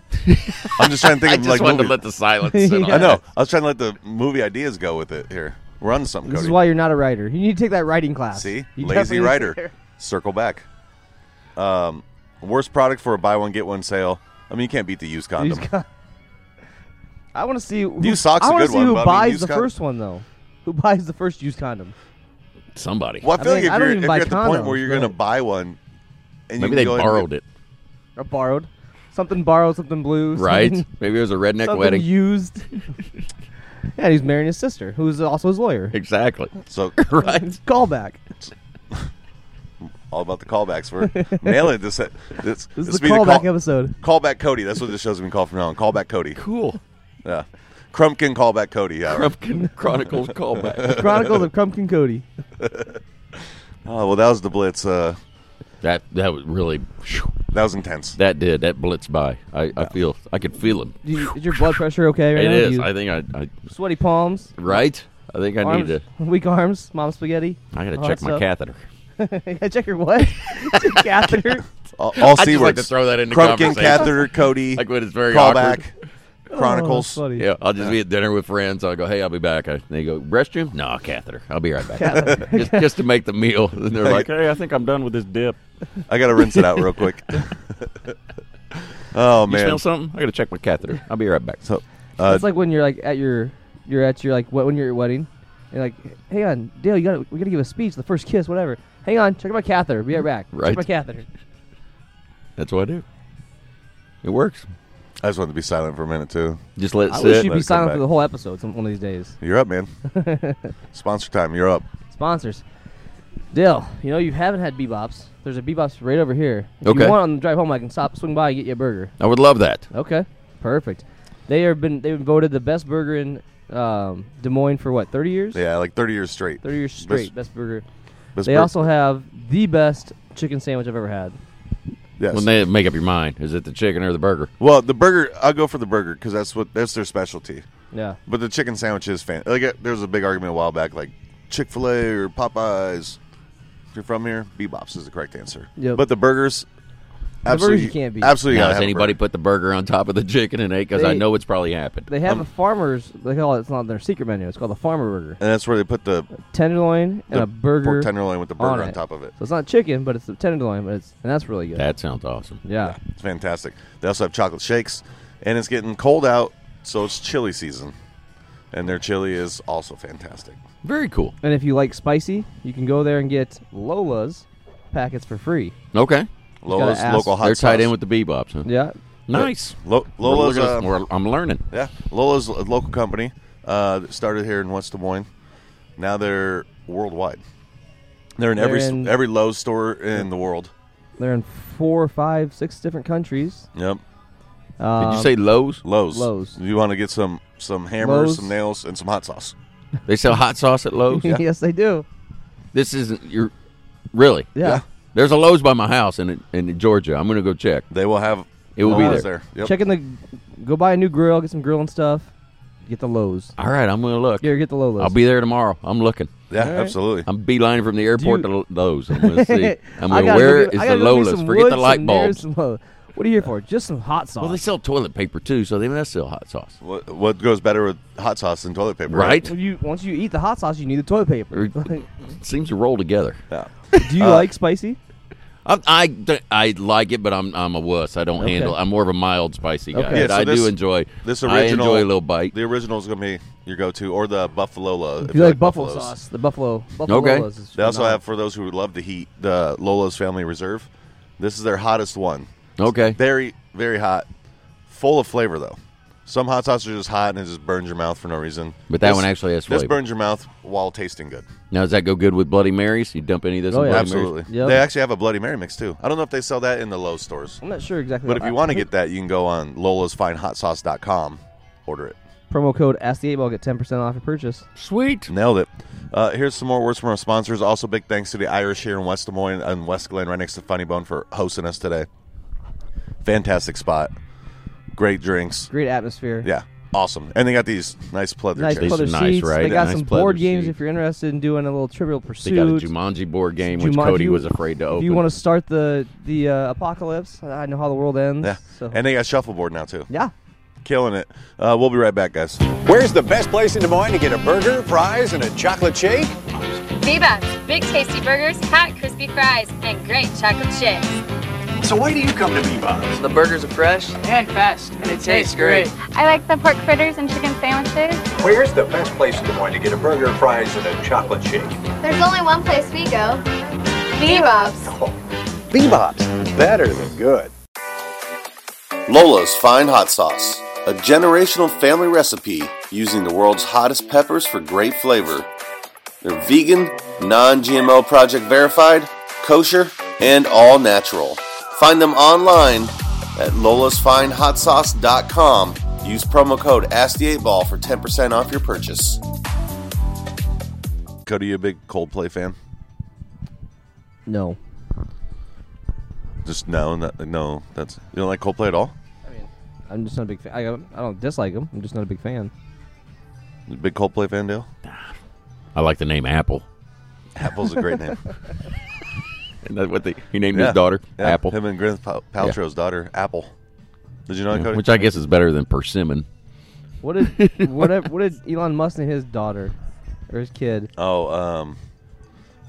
I'm just trying to think
I
of
just
like
wanted
movies.
to let the silence. Sit on
Yeah.
I
it.
know. I was trying to let the movie ideas go with it. Here, we're on to something.
This
Cody.
is why you're not a writer. You need to take that writing class.
See,
You
lazy
definitely-
writer. Circle back. Um, worst product for a buy one get one sale. I mean, you can't beat the used
You
condom.
just got- I want to see. Who,
Used sock's
I
a
wanna
good
see
one,
who
but I mean,
buys
used
the
con-
first one though. Who buys the first used condom?
Somebody.
well, I
I
feel
mean, I
like if
don't
you're,
even
if
buy
you're at the point where
condoms,
you're
but-
going to buy one, and
Maybe
you can
they
go ahead and
borrowed
get-
it,
Or borrowed? Something borrowed, something blue.
right?
Something,
Maybe it was a redneck
something
wedding.
used. yeah, he's marrying his sister, who's also his lawyer.
exactly.
So
Right.
Callback.
all about the callbacks. We're nailing it. This this, this,
This
will
is the
be the
callback
call-
episode.
Callback Cody. That's what this show's been called from now on. Callback Cody.
Cool.
Yeah. Crumpkin callback Cody. Yeah.
Crumpkin Chronicles callback.
Chronicles of Crumpkin Cody.
Oh well, that was the blitz. Uh,
That that was really phew,
that was intense.
that did that blitzed by. I, I feel I could feel him.
Do you- is your blood pressure okay right
It
now?
is.
You-
I think I, I
sweaty palms,
right. I think I
arms,
need to.
weak arms, mom spaghetti. Oh,
I gotta
all
check
that
my
stuff.
catheter.
I check your what? Your catheter.
all all C
I just
words.
like to throw that into
Crumpkin,
conversation.
catheter, Cody,
Like when it's very
callback,
Oh, that's
Chronicles.
funny.
Yeah, I'll just be at dinner with friends. I'll go, hey, I'll be back. I, they go, restroom? No, catheter. I'll be right back. just, just to make the meal. And they're like, hey, I think I'm done with this dip.
I gotta rinse it out real quick. oh
You
man.
smell something? I got to check my catheter. I'll be right back.
So, uh,
It's like when you're like at your, you're at your like what when you're at your wedding, and like, hang on, Dale, you gotta we gotta give a speech, the first kiss, whatever. Hang on, check my catheter. Be right back.
Right.
Check my catheter.
That's what I do. It works.
I just wanted to be silent for a minute too.
Just let it
I
sit.
wish you'd
let it
be
come
silent
back.
for the whole episode some one of these days.
You're up, man. Sponsor time. You're up.
Sponsors. Dale, you know you haven't had bebops. There's a bebops right over here. If
Okay.
you want on the drive home, I can stop, swing by, and get you a burger.
I would love that.
Okay, perfect. They have been they've been voted the best burger in um, Des Moines for what 30 years?
Yeah, like 30 years straight.
30 years
Best-
straight, best burger.
best
They
bur-
also have the best chicken sandwich I've ever had.
yes.
When they make up your mind, is it the chicken or the burger?
well, the burger. I'll go for the burger because that's what that's their specialty.
Yeah,
But the chicken sandwich is fan. Like uh, there was a big argument a while back, like Chick Fil A or Popeyes. If you're from here, Bebop's is the correct answer.
Yep.
But the burgers,
burgers
absolutely
you can't beat.
Absolutely,
Now,
gotta have
has
a
anybody
burger.
put the burger on top of the chicken and ate? Because I
They-
know it's probably happened.
they have
Um,
a farmer's. They call it. It's not their secret menu. It's called the farmer burger.
And that's where they put the
Tenderloin and
the
a burger
pork tenderloin with the
on,
burger on,
it.
top of it.
So it's not chicken, but it's the tenderloin. But it's and that's really good.
That sounds awesome.
yeah.
It's fantastic. They also have chocolate shakes, and it's getting cold out, so it's chili season, and their chili is also fantastic.
Very cool.
And if you like spicy, you can go there and get Lola's packets for free.
Okay.
Lola's
ask.
local hot
They're tied
sauce.
in with the bebops. Huh?
Yeah.
Nice.
Lo-
We're
Lola's.
looking at-
um,
we're- I'm learning.
Yeah, Lola's a local company. Uh, that started here in West Des Moines. Now they're worldwide. They're in
They're
every s
in-
every Lowe's store in the world.
They're in four, five, six different countries. Um,
Yep,
Did
uh,
you say Lowe's?
Lowe's.
Lowe's.
You want to get some some hammers,
Lowe's.
some nails, and some hot sauce.
They sell hot sauce at Lowe's.
yes, they do.
This isn't your really.
Yeah.
Yeah.
There's a Lowe's by my house in in Georgia. I'm gonna go check.
They will have.
It will be
Lowe's
there.
Yep.
Check in the. Go buy a new grill, get some grilling stuff, get the lows.
All right, I'm gonna look.
Yeah, get the Lola's.
I'll be there tomorrow. I'm looking.
Yeah, absolutely.
I'm beelining from the airport
Do
to Lowe's. I'm gonna see. I'm
I
gonna.
gotta
Where
go
is
get- I gotta
the
go get
Lola's?
some
Forget
wood,
the
some
light
mirrors,
bulbs.
some Lola. What are you here for? Just some hot sauce.
Well, they sell toilet paper too, so they must sell hot sauce.
what, what goes better with hot sauce than toilet paper?
Right?
When you, once you eat the hot sauce, you need the toilet paper.
It seems to roll together.
Yeah.
do
uh,
you like spicy?
I, I, I like it, but I'm I'm a wuss. I don't
Okay.
handle. I'm more of a mild spicy guy.
Okay. Yeah,
But
so
I
this-
do enjoy
This
I
original.
enjoy a little bite.
The original is going to be your go-to, or the buffalo. Lola, if
Do you like buffalo
buffaloes.
sauce? The buffalo. buffalo
Okay.
Lola's is
They also
phenomenal.
have for those who would love the heat, the Lola's Family Reserve. This is their hottest one.
Okay.
Very, very hot. Full of flavor though. Some hot sauces are just hot and it just burns your mouth for no reason.
But that
This-
one actually has
This
flavor.
burns your mouth while tasting good.
Now does that go good with Bloody Marys? You dump any of this?
Oh,
in
yeah.
Bloody
Absolutely.
Yep.
They actually have a Bloody Mary mix too. I don't know if they sell that in the Lowe's stores.
I'm not sure exactly.
But
what-
if you want to get that, you can go on lolasfinehotsauce.com, order it.
promo code ask the eight ball, get ten percent off your purchase.
Marys? Sweet.
Nailed it. Uh, here's some more words from our sponsors. Also, big thanks to the Irish here in West Des Moines and West Glen, right next to Funny Bone, for hosting us today. Fantastic spot. Great drinks.
Great atmosphere.
Yeah, awesome. And they got these nice pleather
Nice
chairs.
These are
pleather
nice,
seats.
right?
They got
Nice
some
pleather
board games
seat.
if you're interested in doing a little Trivial
They got a
Pursuit.
Jumanji board game, which
Juman- if
Cody
you-
was afraid to open.
If you want to start the the uh, apocalypse, I know how the world ends.
Yeah,
So.
and they got shuffleboard now too.
yeah.
Killing it. Uh, we'll be right back, guys.
Where's the best place in Des Moines to get a burger, fries, and a chocolate shake?
Bebop's, big tasty burgers, hot crispy fries, and great chocolate shakes.
So why do you come to Bebop's?
The burgers are fresh and fast, and it tastes great.
I like the pork fritters and chicken sandwiches.
Where's the best place in Des Moines to get a burger, fries, and a chocolate shake?
There's only one place we go. Bebop's.
Bebop's. Better than good.
Lola's Fine Hot Sauce, a generational family recipe using the world's hottest peppers for great flavor. They're vegan, non GMO project verified, kosher, and all natural. Find them online at lolasfinehotsauce.com. Use promo code ASK8Ball for 10% off your purchase.
Cody, you a big Coldplay fan?
No.
Just no, not, no. That's you don't like Coldplay at all.
I'm just not a big fan. I, I don't dislike them. I'm just not a big fan.
You a big Coldplay fan, Dale?
I like the name Apple.
Apple's a great name.
Isn't that what they, he named
Yeah.
his daughter?
Yeah.
Apple.
Him and Gwyneth Pal- Paltrow's daughter, Apple. Did you know that,
Yeah,
Cody?
which I guess is better than persimmon.
What did what, did- what did Elon Musk and his daughter or his kid?
Oh, um,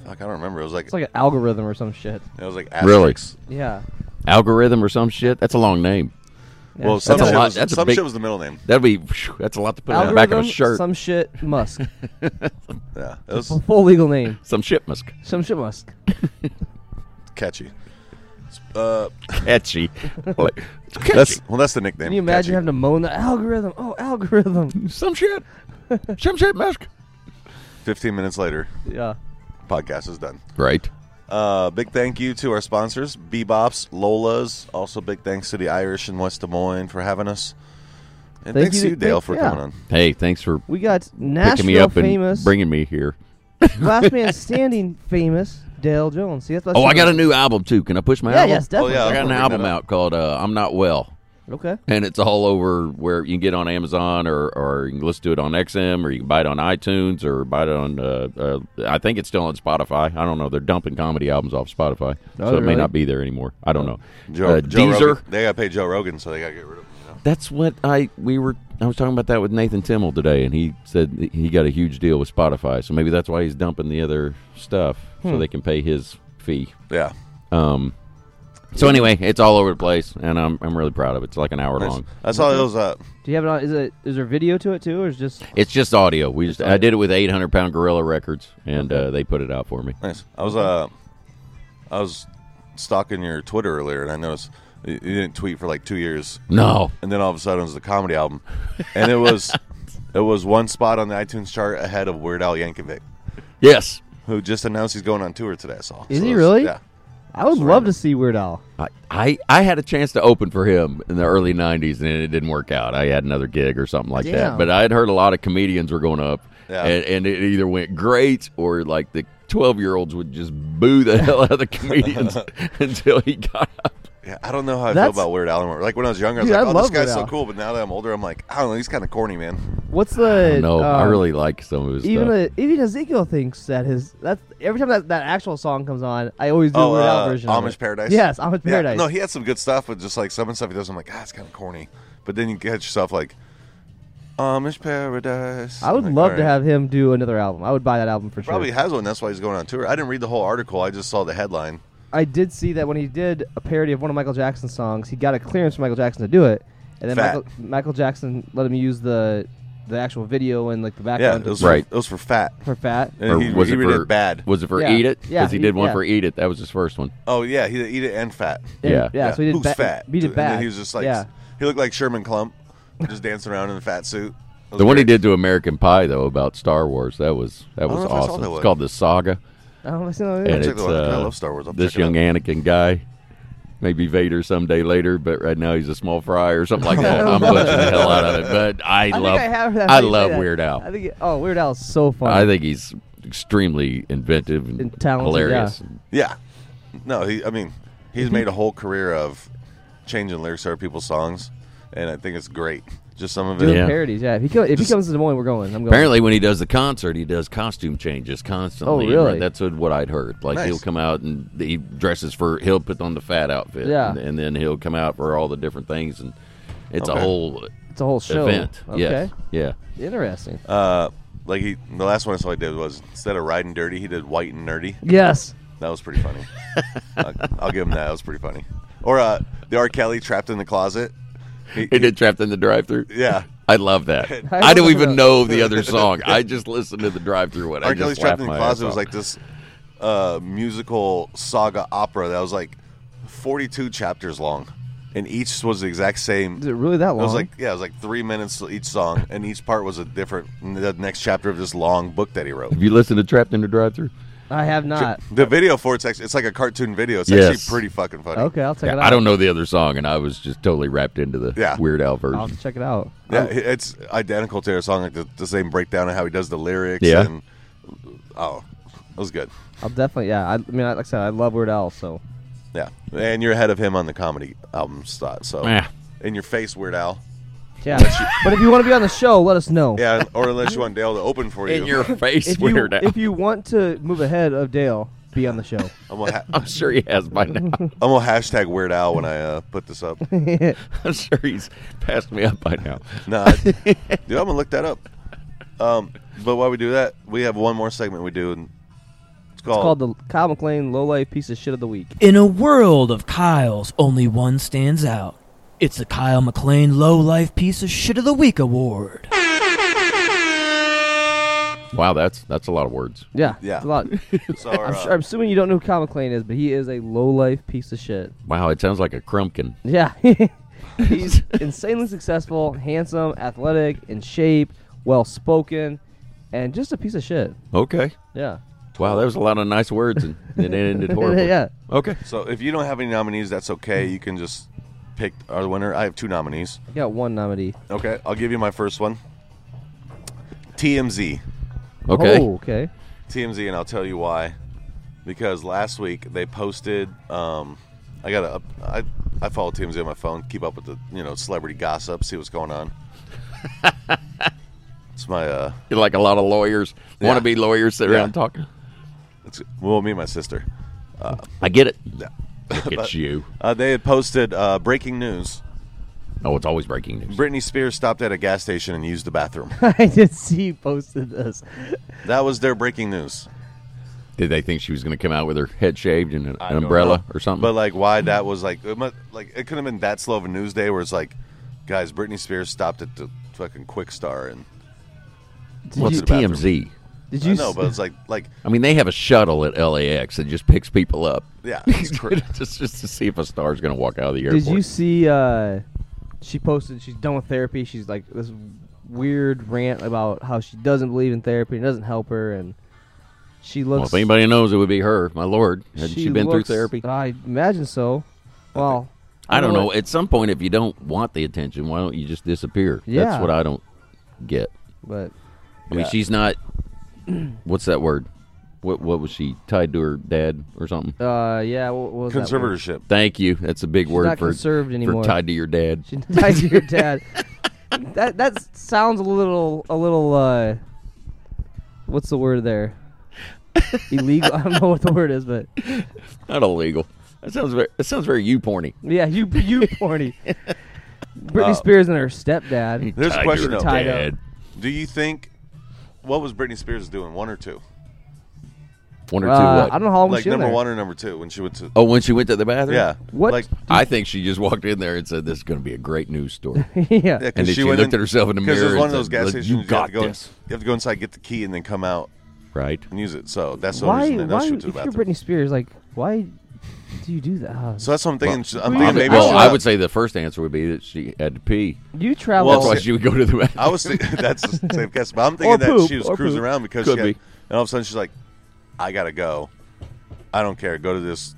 fuck, I don't remember. It was like
It's like an algorithm or some shit.
it was like
Really?
asterisks.
Yeah.
Algorithm or some shit? That's a long name.
Well,
Yeah.
some
that's
shit
a lot.
was-
that's
some
a big,
shit was the middle name.
That'd be. phew, That's a lot to put on the
algorithm,
back of a shirt. Some,
Some shit Musk.
Yeah, it was
F- Full legal name.
shit musk.
Some shit Musk.
catchy. Uh,
Catchy. like, it's catchy.
that's well, that's the nickname.
Can you imagine
catchy.
having to moan the algorithm? Oh, algorithm.
some shit. some shit musk.
Fifteen minutes later,
Yeah.
podcast is done.
Right.
Uh, big thank you to our sponsors, Bebops, Lola's. Also, big thanks to the Irish in West Des Moines for having us. And
Thank
thanks
you
to
to-
you, Dale,
thank-
for
yeah.
coming on.
Hey, thanks for
We got
picking me
Nashville
up
famous,
and bringing me here.
last man standing famous, Dale Jones. See, that's
Oh, I got oh, a new album too. Can I push my
Yeah,
album?
yes, definitely.
yeah.
I got an
Bring that
album
up.
out called uh, "I'm Not Well."
Okay.
and it's all over where you can get on Amazon or, or you can listen to it on XM or you can buy it on iTunes or buy it on uh, uh, I think it's still on Spotify. I don't know. They're dumping comedy albums off Spotify, so it
really?
may not be there anymore. I don't know.
Oh, Joe,
uh,
Joe
Deezer.
Rogan. They got to pay Joe Rogan, so they got to get rid of him. You know?
That's what I we were. I was talking about that with Nathan Timmel today, and he said that he got a huge deal with Spotify, so maybe that's why he's dumping the other stuff so
Hmm.
they can pay his fee.
Yeah.
Um. So anyway, it's all over the place, and I'm I'm really proud of it. It's like an hour long.
I saw those. Uh,
Do you have it on? Is it is there video to it too, or is just
It's just audio. We just I did it with 800 pound gorilla records, and uh, they put it out for me.
nice. I was. Uh, I was stalking your Twitter earlier, and I noticed you you didn't tweet for like two years,
No,
and then all of a sudden it was the comedy album, and it was, it was one spot on the iTunes chart ahead of Weird Al Yankovic,
yes,
who just announced he's going on tour today. I saw.
Is
So
he
it's-
really?
Yeah.
I would love to see Weird Al.
I, I I had a chance to open for him in the early 90s, and it didn't work out. I had another gig or something like
Damn.
that. But I had heard a lot of comedians were going up,
Yeah.
and, and it either went great or like the 12 year olds would just boo the hell out of the comedians until he got up.
Yeah, I don't know how I
That's-
feel about Weird Al anymore. Like when I was younger, I was
Dude,
like,
I
"Oh, this
love
guy's
Weird
so
Al.
cool," but now that I'm older, I'm like, "I don't know, he's kind of corny, man."
What's the
No, I
um,
really like some of his
even
stuff.
a, even Ezekiel thinks that his that's every time that, that actual song comes on, I always do
Oh,
a Weird Al
uh,
version. of
Amish
it.
Paradise?
Yes, Amish
Yeah,
Paradise.
No, he had some good stuff, but just like some of the stuff he does, I'm like, "Ah, it's kind of corny." But then you get yourself like, "Amish Paradise."
I would
I'm like,
love
"All
to
right."
have him do another album. I would buy that album for sure.
Probably has one. That's why he's going on tour. I didn't read the whole article. I just saw the headline.
I did see that when he did a parody of one of Michael Jackson's songs, he got a clearance from Michael Jackson to do it, and then
Fat.
Michael, Michael Jackson let him use the the actual video and like the
Yeah,
background
it was
Right.
For, it was for fat.
for Fat.
And he, he really did bad.
Was it for
Yeah.
Eat It?
Yeah,
he
he-
did one
yeah.
for Eat It. That was his first one.
oh yeah, he did eat it and fat.
And-
Yeah.
yeah, So he did
Who's
ba-
fat?
He did
And then
Bad.
he was just like,
yeah.
he looked like Sherman Klump, just dancing around in a fat suit. It was
The one he
weird.
did to American Pie though about Star Wars that was that
don't
was
know if I saw
awesome.
that
it's
one.
called the Saga,
I don't know. if I've seen
and
it.
check
it's
that one out. I
uh,
love Star Wars. I'll
this
check it
young Anakin guy, maybe Vader someday later, but right now he's a small fry or something like that. I'm punching the hell out of it, but I,
I
love
think I have that.
I
how you say
love
that.
Weird Al.
I think it- oh, Weird Al is so funny.
I think he's extremely inventive and,
And talented,
hilarious.
Yeah. No, he. I mean, he's made a whole career of changing lyrics to other people's songs, and I think it's great. Just some of it.
Doing
Yeah.
parodies, yeah. If he, co- if he comes to Des Moines, we're going. I'm going.
Apparently, when he does the concert, he does costume changes constantly.
Oh, really?
That's what, what I'd heard. Like
Nice.
he'll come out and he dresses for. He'll put on the fat outfit,
Yeah.
and, and then he'll come out for all the different things, and it's a
Okay.
whole
it's a whole show.
event.
Okay,
Yes. Yeah.
interesting.
Uh, like he, the last one I saw he did was instead of riding dirty, he did white and nerdy.
yes.
That was pretty funny. I'll, I'll give him that. That was pretty funny. Or uh, the R. Kelly trapped in the closet. He-
He did trapped in the drive-through.
Yeah.
I love that. I don't even know the other song. I just listened to the drive-through one. I
R.
just
Kelly's Trapped
laughed
in the
my
Closet
ass
was
off.
like this uh, musical saga opera that was like 42 chapters long, and each was the exact same.
Is it really that long?
It was like yeah, it was like three minutes each song, and each part was a different the next chapter of this long book that he wrote.
Have you listened to Trapped in the Drive-Through?
I have not.
The video for it's actually, it's like a cartoon video. It's
Yes.
actually pretty fucking funny.
Okay, I'll check
Yeah,
it out.
I don't know the other song, and I was just totally wrapped into the
Yeah.
Weird Al
I'll
version.
have to check it out.
Yeah, it's identical to their song, like the, the same breakdown of how he does the lyrics.
Yeah.
And, oh, it was good.
I'll definitely. Yeah. I, I mean, like I said, I love Weird Al. So
Yeah, and you're ahead of him on the comedy album slot. So,
Yeah.
in your face, Weird Al.
yeah. but if you want to be on the show, let us know.
Yeah, or unless you want Dale to open for you.
In your face,
If you
Weird Al.
if you want to move ahead of Dale, be on the show.
I'm gonna, ha-
I'm sure he has by now.
I'm gonna hashtag Weird Al when I uh, put this up.
I'm sure he's passed me up by now.
Nah, I- dude, I'm gonna look that up. Um, but while we do that, we have one more segment we do, and it's
Oh.
It's
called,
called the Kyle McLean Low Life Piece of Shit of the Week.
In a world of Kyles, only one stands out. It's the Kyle McLean Low Life Piece of Shit of the Week Award.
Wow, that's that's a lot of words.
Yeah.
Yeah.
it's A lot.
So our,
I'm,
uh,
sure, I'm assuming you don't know who Kyle McLean is, but he is a low life piece of shit.
Wow, it sounds like a crumpkin.
Yeah. He's insanely successful, handsome, athletic, in shape, well spoken, and just a piece of shit.
Okay.
Yeah.
Wow, that was a lot of nice words, and, and it ended horribly.
yeah.
Okay.
So if you don't have any nominees, that's okay. You can just pick our winner. I have two nominees.
I got one nominee.
Okay, I'll give you my first one. TMZ.
Okay.
Oh, okay.
TMZ, and I'll tell you why. Because last week they posted, um, I got up. I I follow TMZ on my phone, keep up with the you know celebrity gossip, see what's going on. it's my uh,
You're like a lot of lawyers,
Yeah.
wannabe lawyers sit
Yeah.
around talking.
it's well, me and my sister.
I get it. Look at
But-
you.
Uh, they had posted uh, breaking news:
Oh, it's always breaking news.
Britney Spears stopped at a gas station and used the bathroom.
I did see you posted this.
that was their breaking news.
Did they think she was going to come out with her head shaved and an,
I
an
don't
umbrella
know.
or something?
But like, why that was like, it must, like it could have been that slow of a news day where it's like, guys, Britney Spears stopped at the fucking Quick Star and
Did
What's
you,
the bathroom?
TMZ?
did
I
you
know,
s-
but it's like, like,
I mean, they have a shuttle at LAX that just picks people up.
yeah, it's cr-
just, just to see if a star's going to walk out of the airport.
Did you see? Uh, she posted she's done with therapy. She's like this weird rant about how she doesn't believe in therapy and it doesn't help her, and she
Well,
looks.
if anybody knows, it would be her. My lord, has she, been
looks-
through therapy?
I imagine so. Well,
I don't
know
know. At some point, if you don't want the attention, why don't you just disappear?
Yeah.
That's what I don't get.
but
I mean, she's not. What's that word? What What was she tied to her dad or something?
uh, yeah, what, what was that word?
conservatorship.
Thank you. That's a big word
not
for
conserved anymore.
For tied to your dad.
She died to your dad. that that sounds a little a little uh, what's the word there? Illegal. I don't know what the word is, but
Not illegal. That sounds very. That sounds very you porny.
yeah, you you porny.
Uh,
Britney Spears and her stepdad.
There's a
Tied to
question
her
though.
Tied
dad.
Do you think what was Britney Spears doing? One or two?
One or two.
Uh,
what?
I don't know how long
Like
she was in
number
there.
one or number two when she went to
Oh, when she went to the bathroom.
yeah.
What?
Like,
I think she just walked in there and said, "This is going to be a great news story."
yeah.
yeah, 'cause
And then she
went
looked at herself in the
'cause
mirror
It was one of
and
those
said,
gas
"Look,
stations.
you
You, have
got
to go in-
this.
you have to go inside, get the key, and then come out
right.
and use it. So that's the only
Why?
reason they know
Why?
she went
If
to the
you're
bathroom.
Britney Spears, like, why do you do that? Uh,
so that's what I'm thinking. I'm
Well,
thinking maybe.
well,
she
I
left.
would say the first answer would be that she had to pee.
you travel.
Well,
That's why
okay.
she would go to the bathroom.
I was thinking that's a safe guess, but I'm thinking that
poop,
she was
or
cruising
poop.
around because
Could
she had-
be.
and all of a sudden she's like, "I gotta go. I don't care. Go to this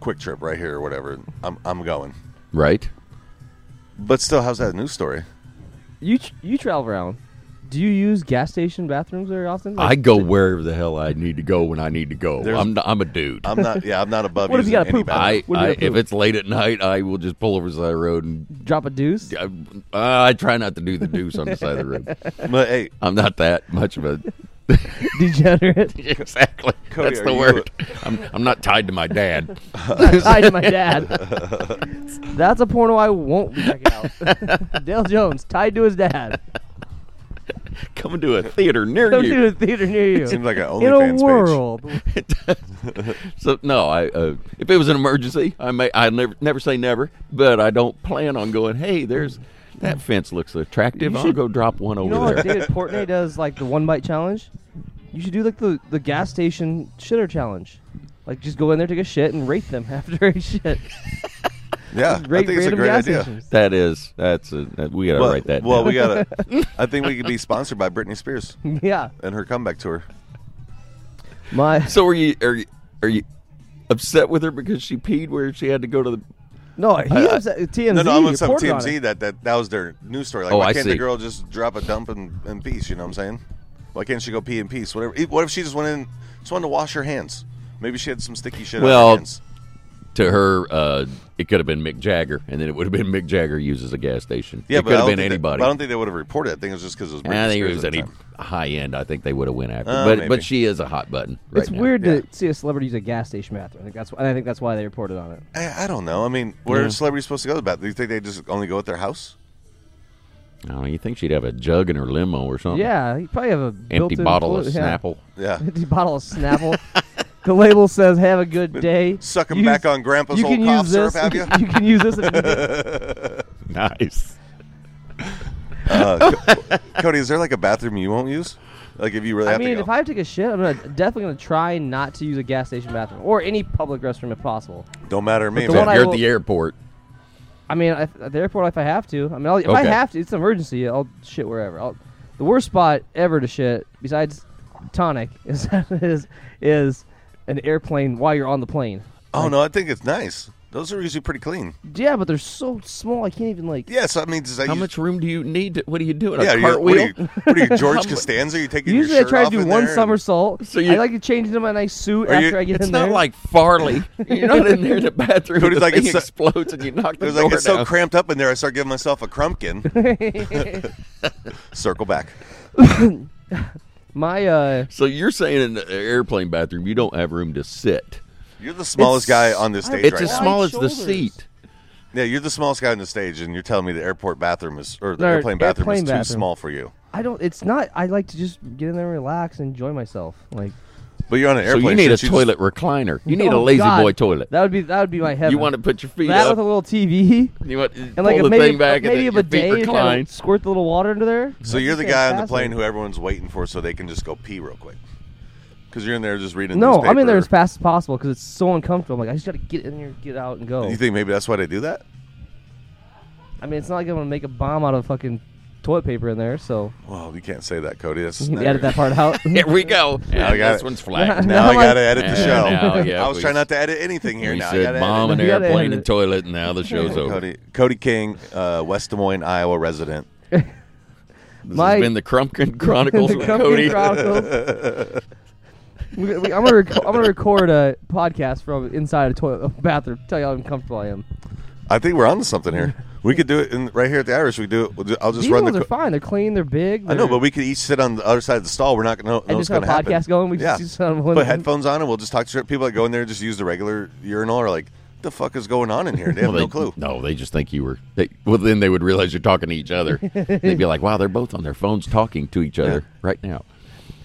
quick trip right here or whatever. I'm I'm going."
Right.
But still, how's that a news story?
you tr- you travel around. Do you use gas station bathrooms very often?
I go wherever the hell I need to go when I need to go.
There's-
I'm, not, I'm a dude.
I'm not. Yeah, I'm not above.
What if
using
you gotta
any
poop?
bathroom.
I,
What do you
I
gotta
if
prove?
it's late at night, I will just pull over to the side of the road and
drop a deuce.
I, I try not to do the deuce on the side of the road.
But hey,
I'm not that much of a
Degenerate.
exactly.
Cody,
That's
are
the
you
word. I'm I'm not tied to my dad.
tied to my dad. That's a porno I won't be checking out. Dale Jones tied to his dad.
Coming to a theater near
Come
you.
to a theater near you.
seems like an
in a
OnlyFans page.
world.
So no, I uh, if it was an emergency, I may I never never say never, but I don't plan on going. Hey, there's that fence looks attractive.
You
I'll
should-
go drop one
You
over
know
there.
like David Portnoy does like the one bite challenge? You should do like the, the gas station shitter challenge. Like just go in there, take a shit, and rate them after a shit.
Yeah, I
Rate
think it's a
random
great
gas
idea.
stations.
That is that's a that, we gotta
Well,
write that.
well
down.
we gotta. I think we could be sponsored by Britney Spears
Yeah.
and her comeback tour.
My
so are you are you, are you upset with her because she peed where she had to go to the?
No, he's
I- I-
upset. TMZ.
No, no, I'm upset with
reported on
TMZ
it.
that, that that was their news story. Like,
Oh,
why
I
can't
see.
the girl just drop a dump in, in peace? You know what I'm saying? Why can't she go pee in peace? Whatever. e, What if she just went in, just wanted to wash her hands? Maybe she had some sticky shit on her
Well,
hands.
to her, uh, it could have been Mick Jagger, and then it would have been Mick Jagger uses a gas station.
Yeah,
it
but
could
I
have
don't think
been
that-
anybody.
but I don't think they would have reported. it. I think it was just because it was. Britney
I think it
Spears
was
at the
any
time.
high end. I think they would have went after.
Uh,
but
maybe.
but she is a hot button. Right
It's
now.
weird to see a celebrity use a gas station bathroom. I think that's. I think that's why they reported on it.
Eh, I, I don't know. I mean, where
Yeah.
are celebrities supposed to go to the bathroom? Do you think they just only go at their house?
Oh, you think she'd have a jug in her limo or something?
Yeah, you probably have a
empty
built-in
bottle of
toilet- yeah.
Snapple.
Yeah.
Empty bottle of Snapple. the label says "Have a good day."
Suck 'em
Use-
back on Grandpa's
you
old
can
cough
use
syrup,
this.
have
you? can use this. if you do-
Nice.
Uh, Co- Cody, is there like a bathroom you won't use? Like if you really
I
have
mean,
to
if
go?
I take a shit, I'm gonna, definitely gonna try not to use a gas station bathroom or any public restroom if possible.
don't matter to me.
But the
man.
one I
You're at
will-
the airport.
I mean, I, at the airport, if I have to. I mean, I'll, if I
Okay.
have to, it's an emergency. I'll shit wherever. I'll, the worst spot ever to shit, besides tonic, is is, is an airplane while you're on the plane.
Oh no, I think it's nice. Those are usually pretty clean.
Yeah, but they're so small. I can't even like.
Yes, I mean, does that
How
use-
much room do you need? To, what are you doing?
Yeah,
a
you- what are
cartwheel?
you, what are you, George Costanza? You taking
Usually, I
your shirt
try to
off
do
in
one
there and-
somersault.
So
So
you-
I like to change into my nice suit
Are you-
after I get
it's
in
not
there.
like Farley. You're not in there in the bathroom.
Dude, it's
the
like
thing
it's so-
explodes and you knock
It
the
was
door
like it's so
down.
cramped up in there. I start giving myself a crumpkin. Circle back.
my uh.
so you're saying in the airplane bathroom you don't have room to sit.
You're the smallest
It's-
guy on this stage
It's
right
as
now.
small as the
shoulders.
seat.
Yeah, you're the smallest guy on the stage, and you're telling me the airport bathroom is or the
No,
airplane bathroom is
airplane
too
bathroom.
small for you.
I don't. It's not. I like to just get in there, and relax, and enjoy myself. Like
But you're on an
So
airplane.
you need a
shouldn't just-
toilet recliner. You need a
Oh,
lazy
God.
boy toilet.
That would be. That would be my heaven.
You want to put your feet
that
up.
with a little TV
you want to
and like
pull
a,
the
maybe
thing back
maybe
and
a
then your
bidet
feet
and kind
recline.
of squirt the little water into there.
so you're the guy on the plane who everyone's waiting for, so they can just go pee real quick. Because you're in there just reading.
No,
newspaper.
I'm in there as fast as possible because it's so uncomfortable. I'm like, I just got to get in here, get out, and go.
You think maybe that's why they do that?
I mean, it's not like I'm gonna make a bomb out of fucking toilet paper in there. So
Well, you can't say that, Cody. That's
you edit that part out.
Here we go.
Now I
And
got
this
it.
one's flat.
Now, I
Now I-
gotta edit the
Yeah,
show.
now, yeah,
I was
we-
trying not to edit anything here.
we
now I
said
gotta
bomb
edit.
and
You gotta
airplane
edit
and
it.
toilet, and now the show's over.
Cody, Cody King, uh, West Des Moines, Iowa resident.
This
My-
has been the Crumpkin Chronicles
The
with
Crumpkin
Cody.
Chronicles. We- we- I'm gonna rec- I'm gonna record a podcast from inside a toilet a bathroom. Tell you how uncomfortable I am.
I think we're on to something here. We could do it in, right here at the Irish. We could do it. we'll ju- I'll just
These
run
ones
the.
are
co-
fine. They're clean. They're big.
I know,
they're-
but we could each sit on the other side of the stall. We're not going to know
And
what's
just have
going
a
to happen.
podcast going. We just do something with
Put
them.
headphones on and we'll just talk to people that go in there and just use the regular urinal. Are like, the fuck is going on in here? They have
Well,
no
they-
clue.
No, they just think you were. They, well, then they would realize you're talking to each other. They'd be like, "Wow, they're both on their phones talking to each other right now."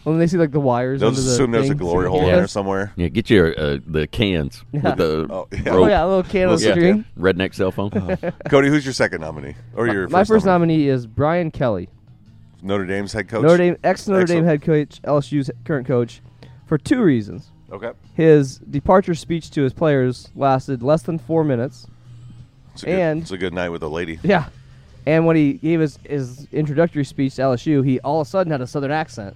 Well, then they see like the wires.
They'll
under
just
the
assume there's a
thing.
glory hole in
Yeah.
there somewhere.
Yeah, get your uh, the cans
Yeah.
with the
Oh, yeah. Oh,
Oh
rope.
yeah, a little can of
Little- yeah.
string.
redneck cell phone.
Cody, who's your second nominee or your
My first
nominee?
nominee is Brian Kelly,
Notre Dame's head coach.
Notre Dame ex Notre Dame
Excellent.
head coach, LSU's current coach, for two reasons.
Okay,
His departure speech to his players lasted less than four minutes.
it's a good,
And-
it's a good night with a lady.
Yeah, and when he gave his his introductory speech to LSU, he all of a sudden had a Southern accent.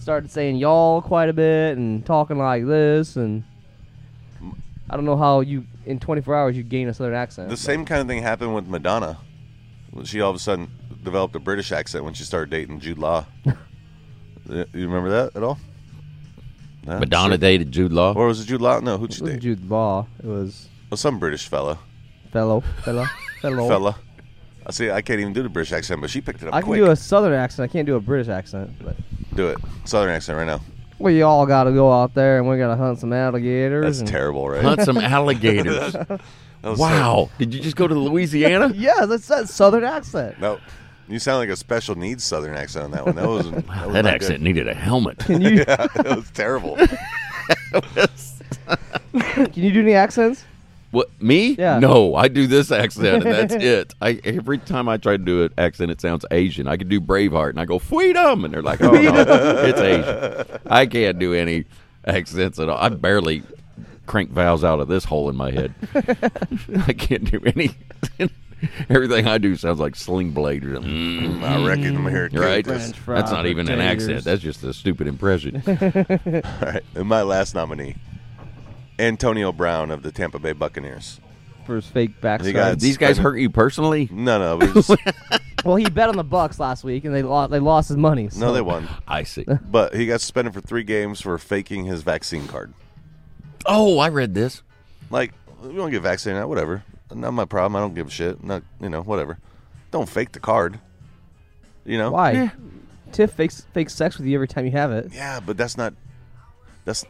Started saying y'all quite a bit and talking like this, and I don't know how you in 24 hours you gain a Southern accent.
The same kind of thing happened with Madonna. When She all of a sudden developed a British accent when she started dating Jude Law. Uh, you remember that at all? No?
Madonna dated Jude Law.
Or was it Jude Law? No, who'd
It
she
wasn't
date?
Jude Law. It was
Oh, some British fella.
fellow, fellow, fellow.
Fella. I see. I can't even do the British accent, but she picked it up
Oh. I
quick.
can do a southern accent. I can't do a British accent. But
Do it. Southern accent right now.
we all got to go out there and we got to hunt some alligators.
That's
and-
terrible, right?
Hunt some alligators.
That was
wow, did you just go to Louisiana?
Yeah, that's that southern accent.
so- no. You sound like a special needs Southern accent on that one. That was that, was
that
not
accent needed a helmet.
Can you
Good. that was terrible.
can you do any accents?
What me?
Yeah.
No, I do this accent, and that's it. I every time I try to do an accent, it sounds Asian. I could do Braveheart, and I go freedom, and they're like, "Oh no, it's Asian." I can't do any accents at all. I barely crank vowels out of this hole in my head. I can't do any. Everything I do sounds like Sling Blade. or something.
Mm, I reckon I'm here to
Right?
take this.
That's not even an accent. That's just a stupid impression.
All right, and my last nominee, Antonio Brown of the Tampa Bay Buccaneers.
for his fake backside.
These guys hurt you personally?
No, no, we just-
well, he bet on the Bucks last week, and they lost. They lost his money.
no,
so-
they won.
I see.
But he got suspended for three games for faking his vaccine card.
Oh, I read this.
Like, you don't get vaccinated, whatever. Not my problem. I don't give a shit. Not, you know, whatever. Don't fake the card. You know
Why? Tiff fakes fakes sex with you every time you have it.
Yeah, but that's not. That's.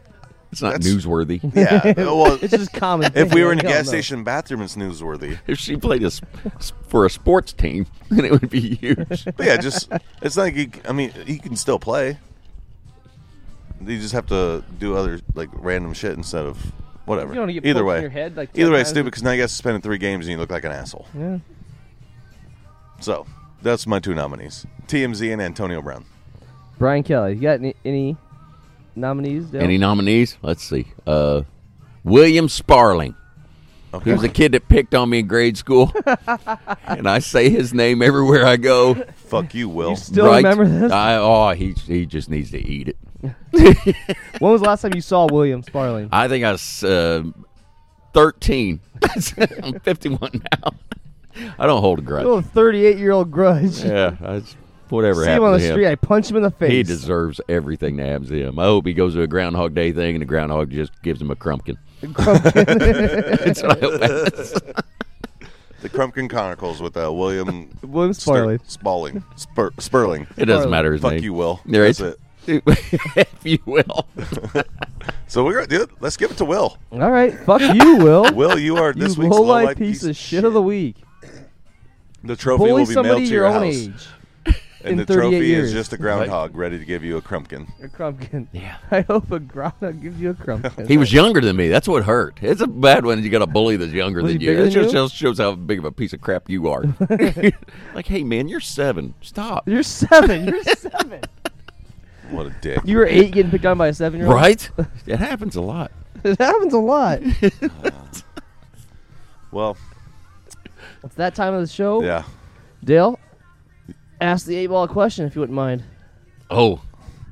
It's not
that's-
newsworthy.
Yeah, well,
It's just common
If
thing,
we were in a
like,
gas
hell no.
station bathroom, it's newsworthy.
If she played a, s- s- for a sports team, then it would be huge.
But yeah, just it's not like he, I mean he can still play. You just have to do other like random shit instead of whatever.
You don't wanna get
Either
poked in
way,
your head, like,
either way,
sometimes
it's stupid because now you got suspended three games and you look like an asshole.
Yeah.
So that's my two nominees: TMZ and Antonio Brown.
Brian Kelly, you got any, any nominees? Dale?
Any nominees? Let's see. Uh, William Sparling. He was a kid that picked on me in grade school, and I say his name everywhere I go.
Fuck you, Will.
still remember this?
I, oh, he he just needs to eat it.
when was the last time you saw William Sparling?
I think I was uh, thirteen. I'm fifty-one now. I don't hold a grudge.
Little thirty-eight-year-old grudge.
Yeah, I just, whatever
Oh, See him
happened
on the
to
street, I punch him in the face.
He deserves everything that happens to him. I hope he goes to a Groundhog Day thing and the groundhog just gives him a crumpkin. That's what I hope happens.
The Crumpkin Chronicles with uh, William
William Sparling.
Spalling Spur- Sperling.
It doesn't matter his
Fuck
name.
you, Will.
You're
That's
right.
it.
if you will.
So we're dude. Let's give it to Will.
All right, fuck you, Will.
Will, you are this
you
week's
low
low-life
life piece, of shit of the week.
The trophy
Bully
will be
somebody
mailed to
your,
your,
own
house,
age.
and
in
the
38
trophy
years.
is just a groundhog ready to give you a crumpkin.
A crumpkin. Yeah. I hope a groundhog gives you a crumpkin.
He was younger than me. That's what hurt. It's a bad one. You got a bully that's younger
Was
than
he
you.
bigger
That
than
just
you?
shows- shows how big of a piece of crap you are. like, hey, man, you're seven. Stop.
You're seven. You're seven.
What a dick!
You were eight getting picked on by a seven-year-old.
Right? it happens a lot.
It happens a lot.
Well,
it's that time of the show.
yeah.
Dale, ask the eight ball a question if you wouldn't mind.
Oh,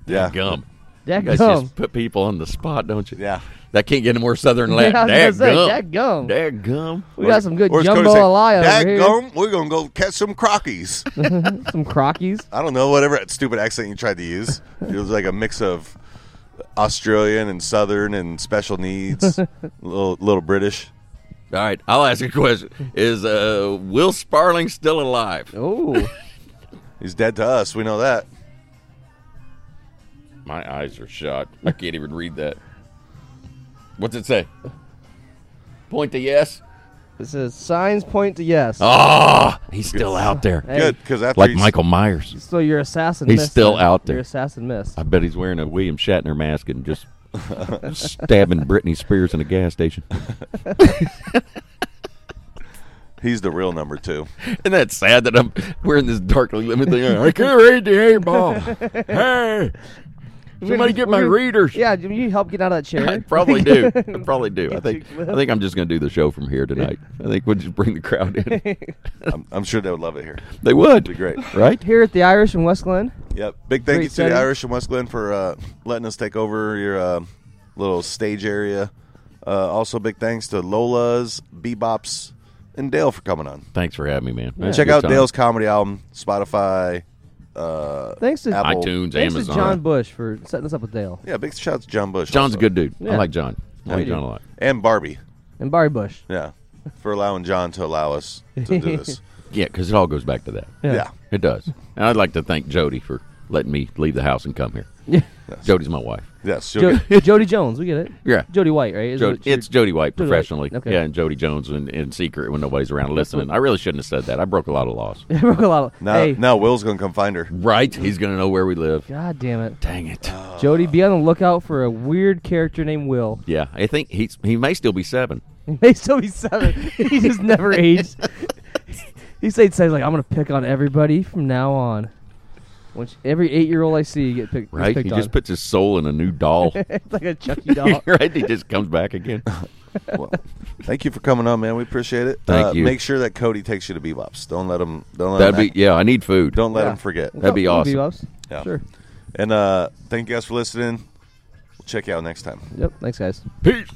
Yeah.
gum.
That
You guys
gum.
just put people on the spot, don't you?
Yeah.
That can't get any more southern
Yeah, I
Latin.
was gonna say,
Dag
"Dadgum."
gum. Dag gum.
We got some good
Or as Cody
jumbo
say,
alai over here.
"Dadgum, we're gonna go catch some crockies.
Some crockies.
I don't know whatever that stupid accent you tried to use. It was like a mix of Australian and Southern and special needs, little little British.
All right, I'll ask you a question. Is uh, Will Sparling still alive?
Oh,
He's dead to us. We know that.
My eyes are shot. I can't even read that. What's it say? Point to yes.
it says signs point to yes.
Ah, he's still out there,
Hey,
Good because after
like
he's-
Michael Myers.
So your assassin.
He's
missed
still
then.
out there.
Your assassin missed.
I bet he's wearing a William Shatner mask and just stabbing Britney Spears in a gas station.
he's the real number two.
Isn't that sad that I'm wearing this darkly limit thing? I can't read the eight ball. Hey, somebody get my
We're gonna-
readers.
Yeah, do you help get out of that chair?
I probably do. I probably do. I think.
you, Will.
I think I'm just going to do the show from here tonight. I think we'll just bring the crowd in.
I'm, I'm sure they would love it here.
They
It'd
would
be great.
right?
Here at the Irish in West Glen.
Yep. Big thank
Great
you to
setting.
the Irish and West Glen for uh, letting us take over your uh, little stage area. Uh, also, big thanks to Lola's, Bebops, and Dale for coming on.
Thanks for having me, man. That's
Check
a good
out
time.
Dale's comedy album, Spotify. Uh,
Thanks to
Apple.
iTunes,
thanks
Amazon.
to John Bush for setting us up with Dale
yeah, big shout out to John Bush.
John's
also.
a good dude.
Yeah.
I like John. I like John a lot.
And Barbie.
and Barry Bush.
Yeah. For allowing John to allow us to do this.
Yeah, because it all goes back to that.
yeah.
It does. And I'd like to thank Jody for letting me leave the house and come here.
Yeah.
Jody's my wife.
Yes. you'll
Jo-
get-
Jody Jones, we get it.
Yeah.
Jody White, right? Is
Jo-
what you're-
it's Jody White
Jody White.
professionally.
Okay.
Yeah, and Jody Jones in, in secret when nobody's around listening. I really shouldn't have said that. I broke a lot of laws.
I broke a lot of-
Now,
hey,
now Will's going to come find her.
right? He's going to know where we live.
God damn it,
Dang it.
Jody, be on the lookout for a weird character named Will.
Yeah, I think he's he may still be seven.
He may still be seven. he just never aged. he said, "Says like I'm gonna pick on everybody from now on." Which every eight year old I see get picked,
Right?
picked
He
on.
just puts his soul in a new doll.
it's like a Chucky doll.
right? He just comes back again.
well, thank you for coming on, man. We appreciate it. Uh,
Thank you.
Make sure that Cody takes you to Bebop's. Don't let him. Don't let
That'd
him
be yeah. I need food.
Don't let
Yeah.
him forget.
That'd be awesome.
Yeah.
Sure.
And uh, thank you guys for listening. We'll check you out next time.
Yep. Thanks, guys.
Peace.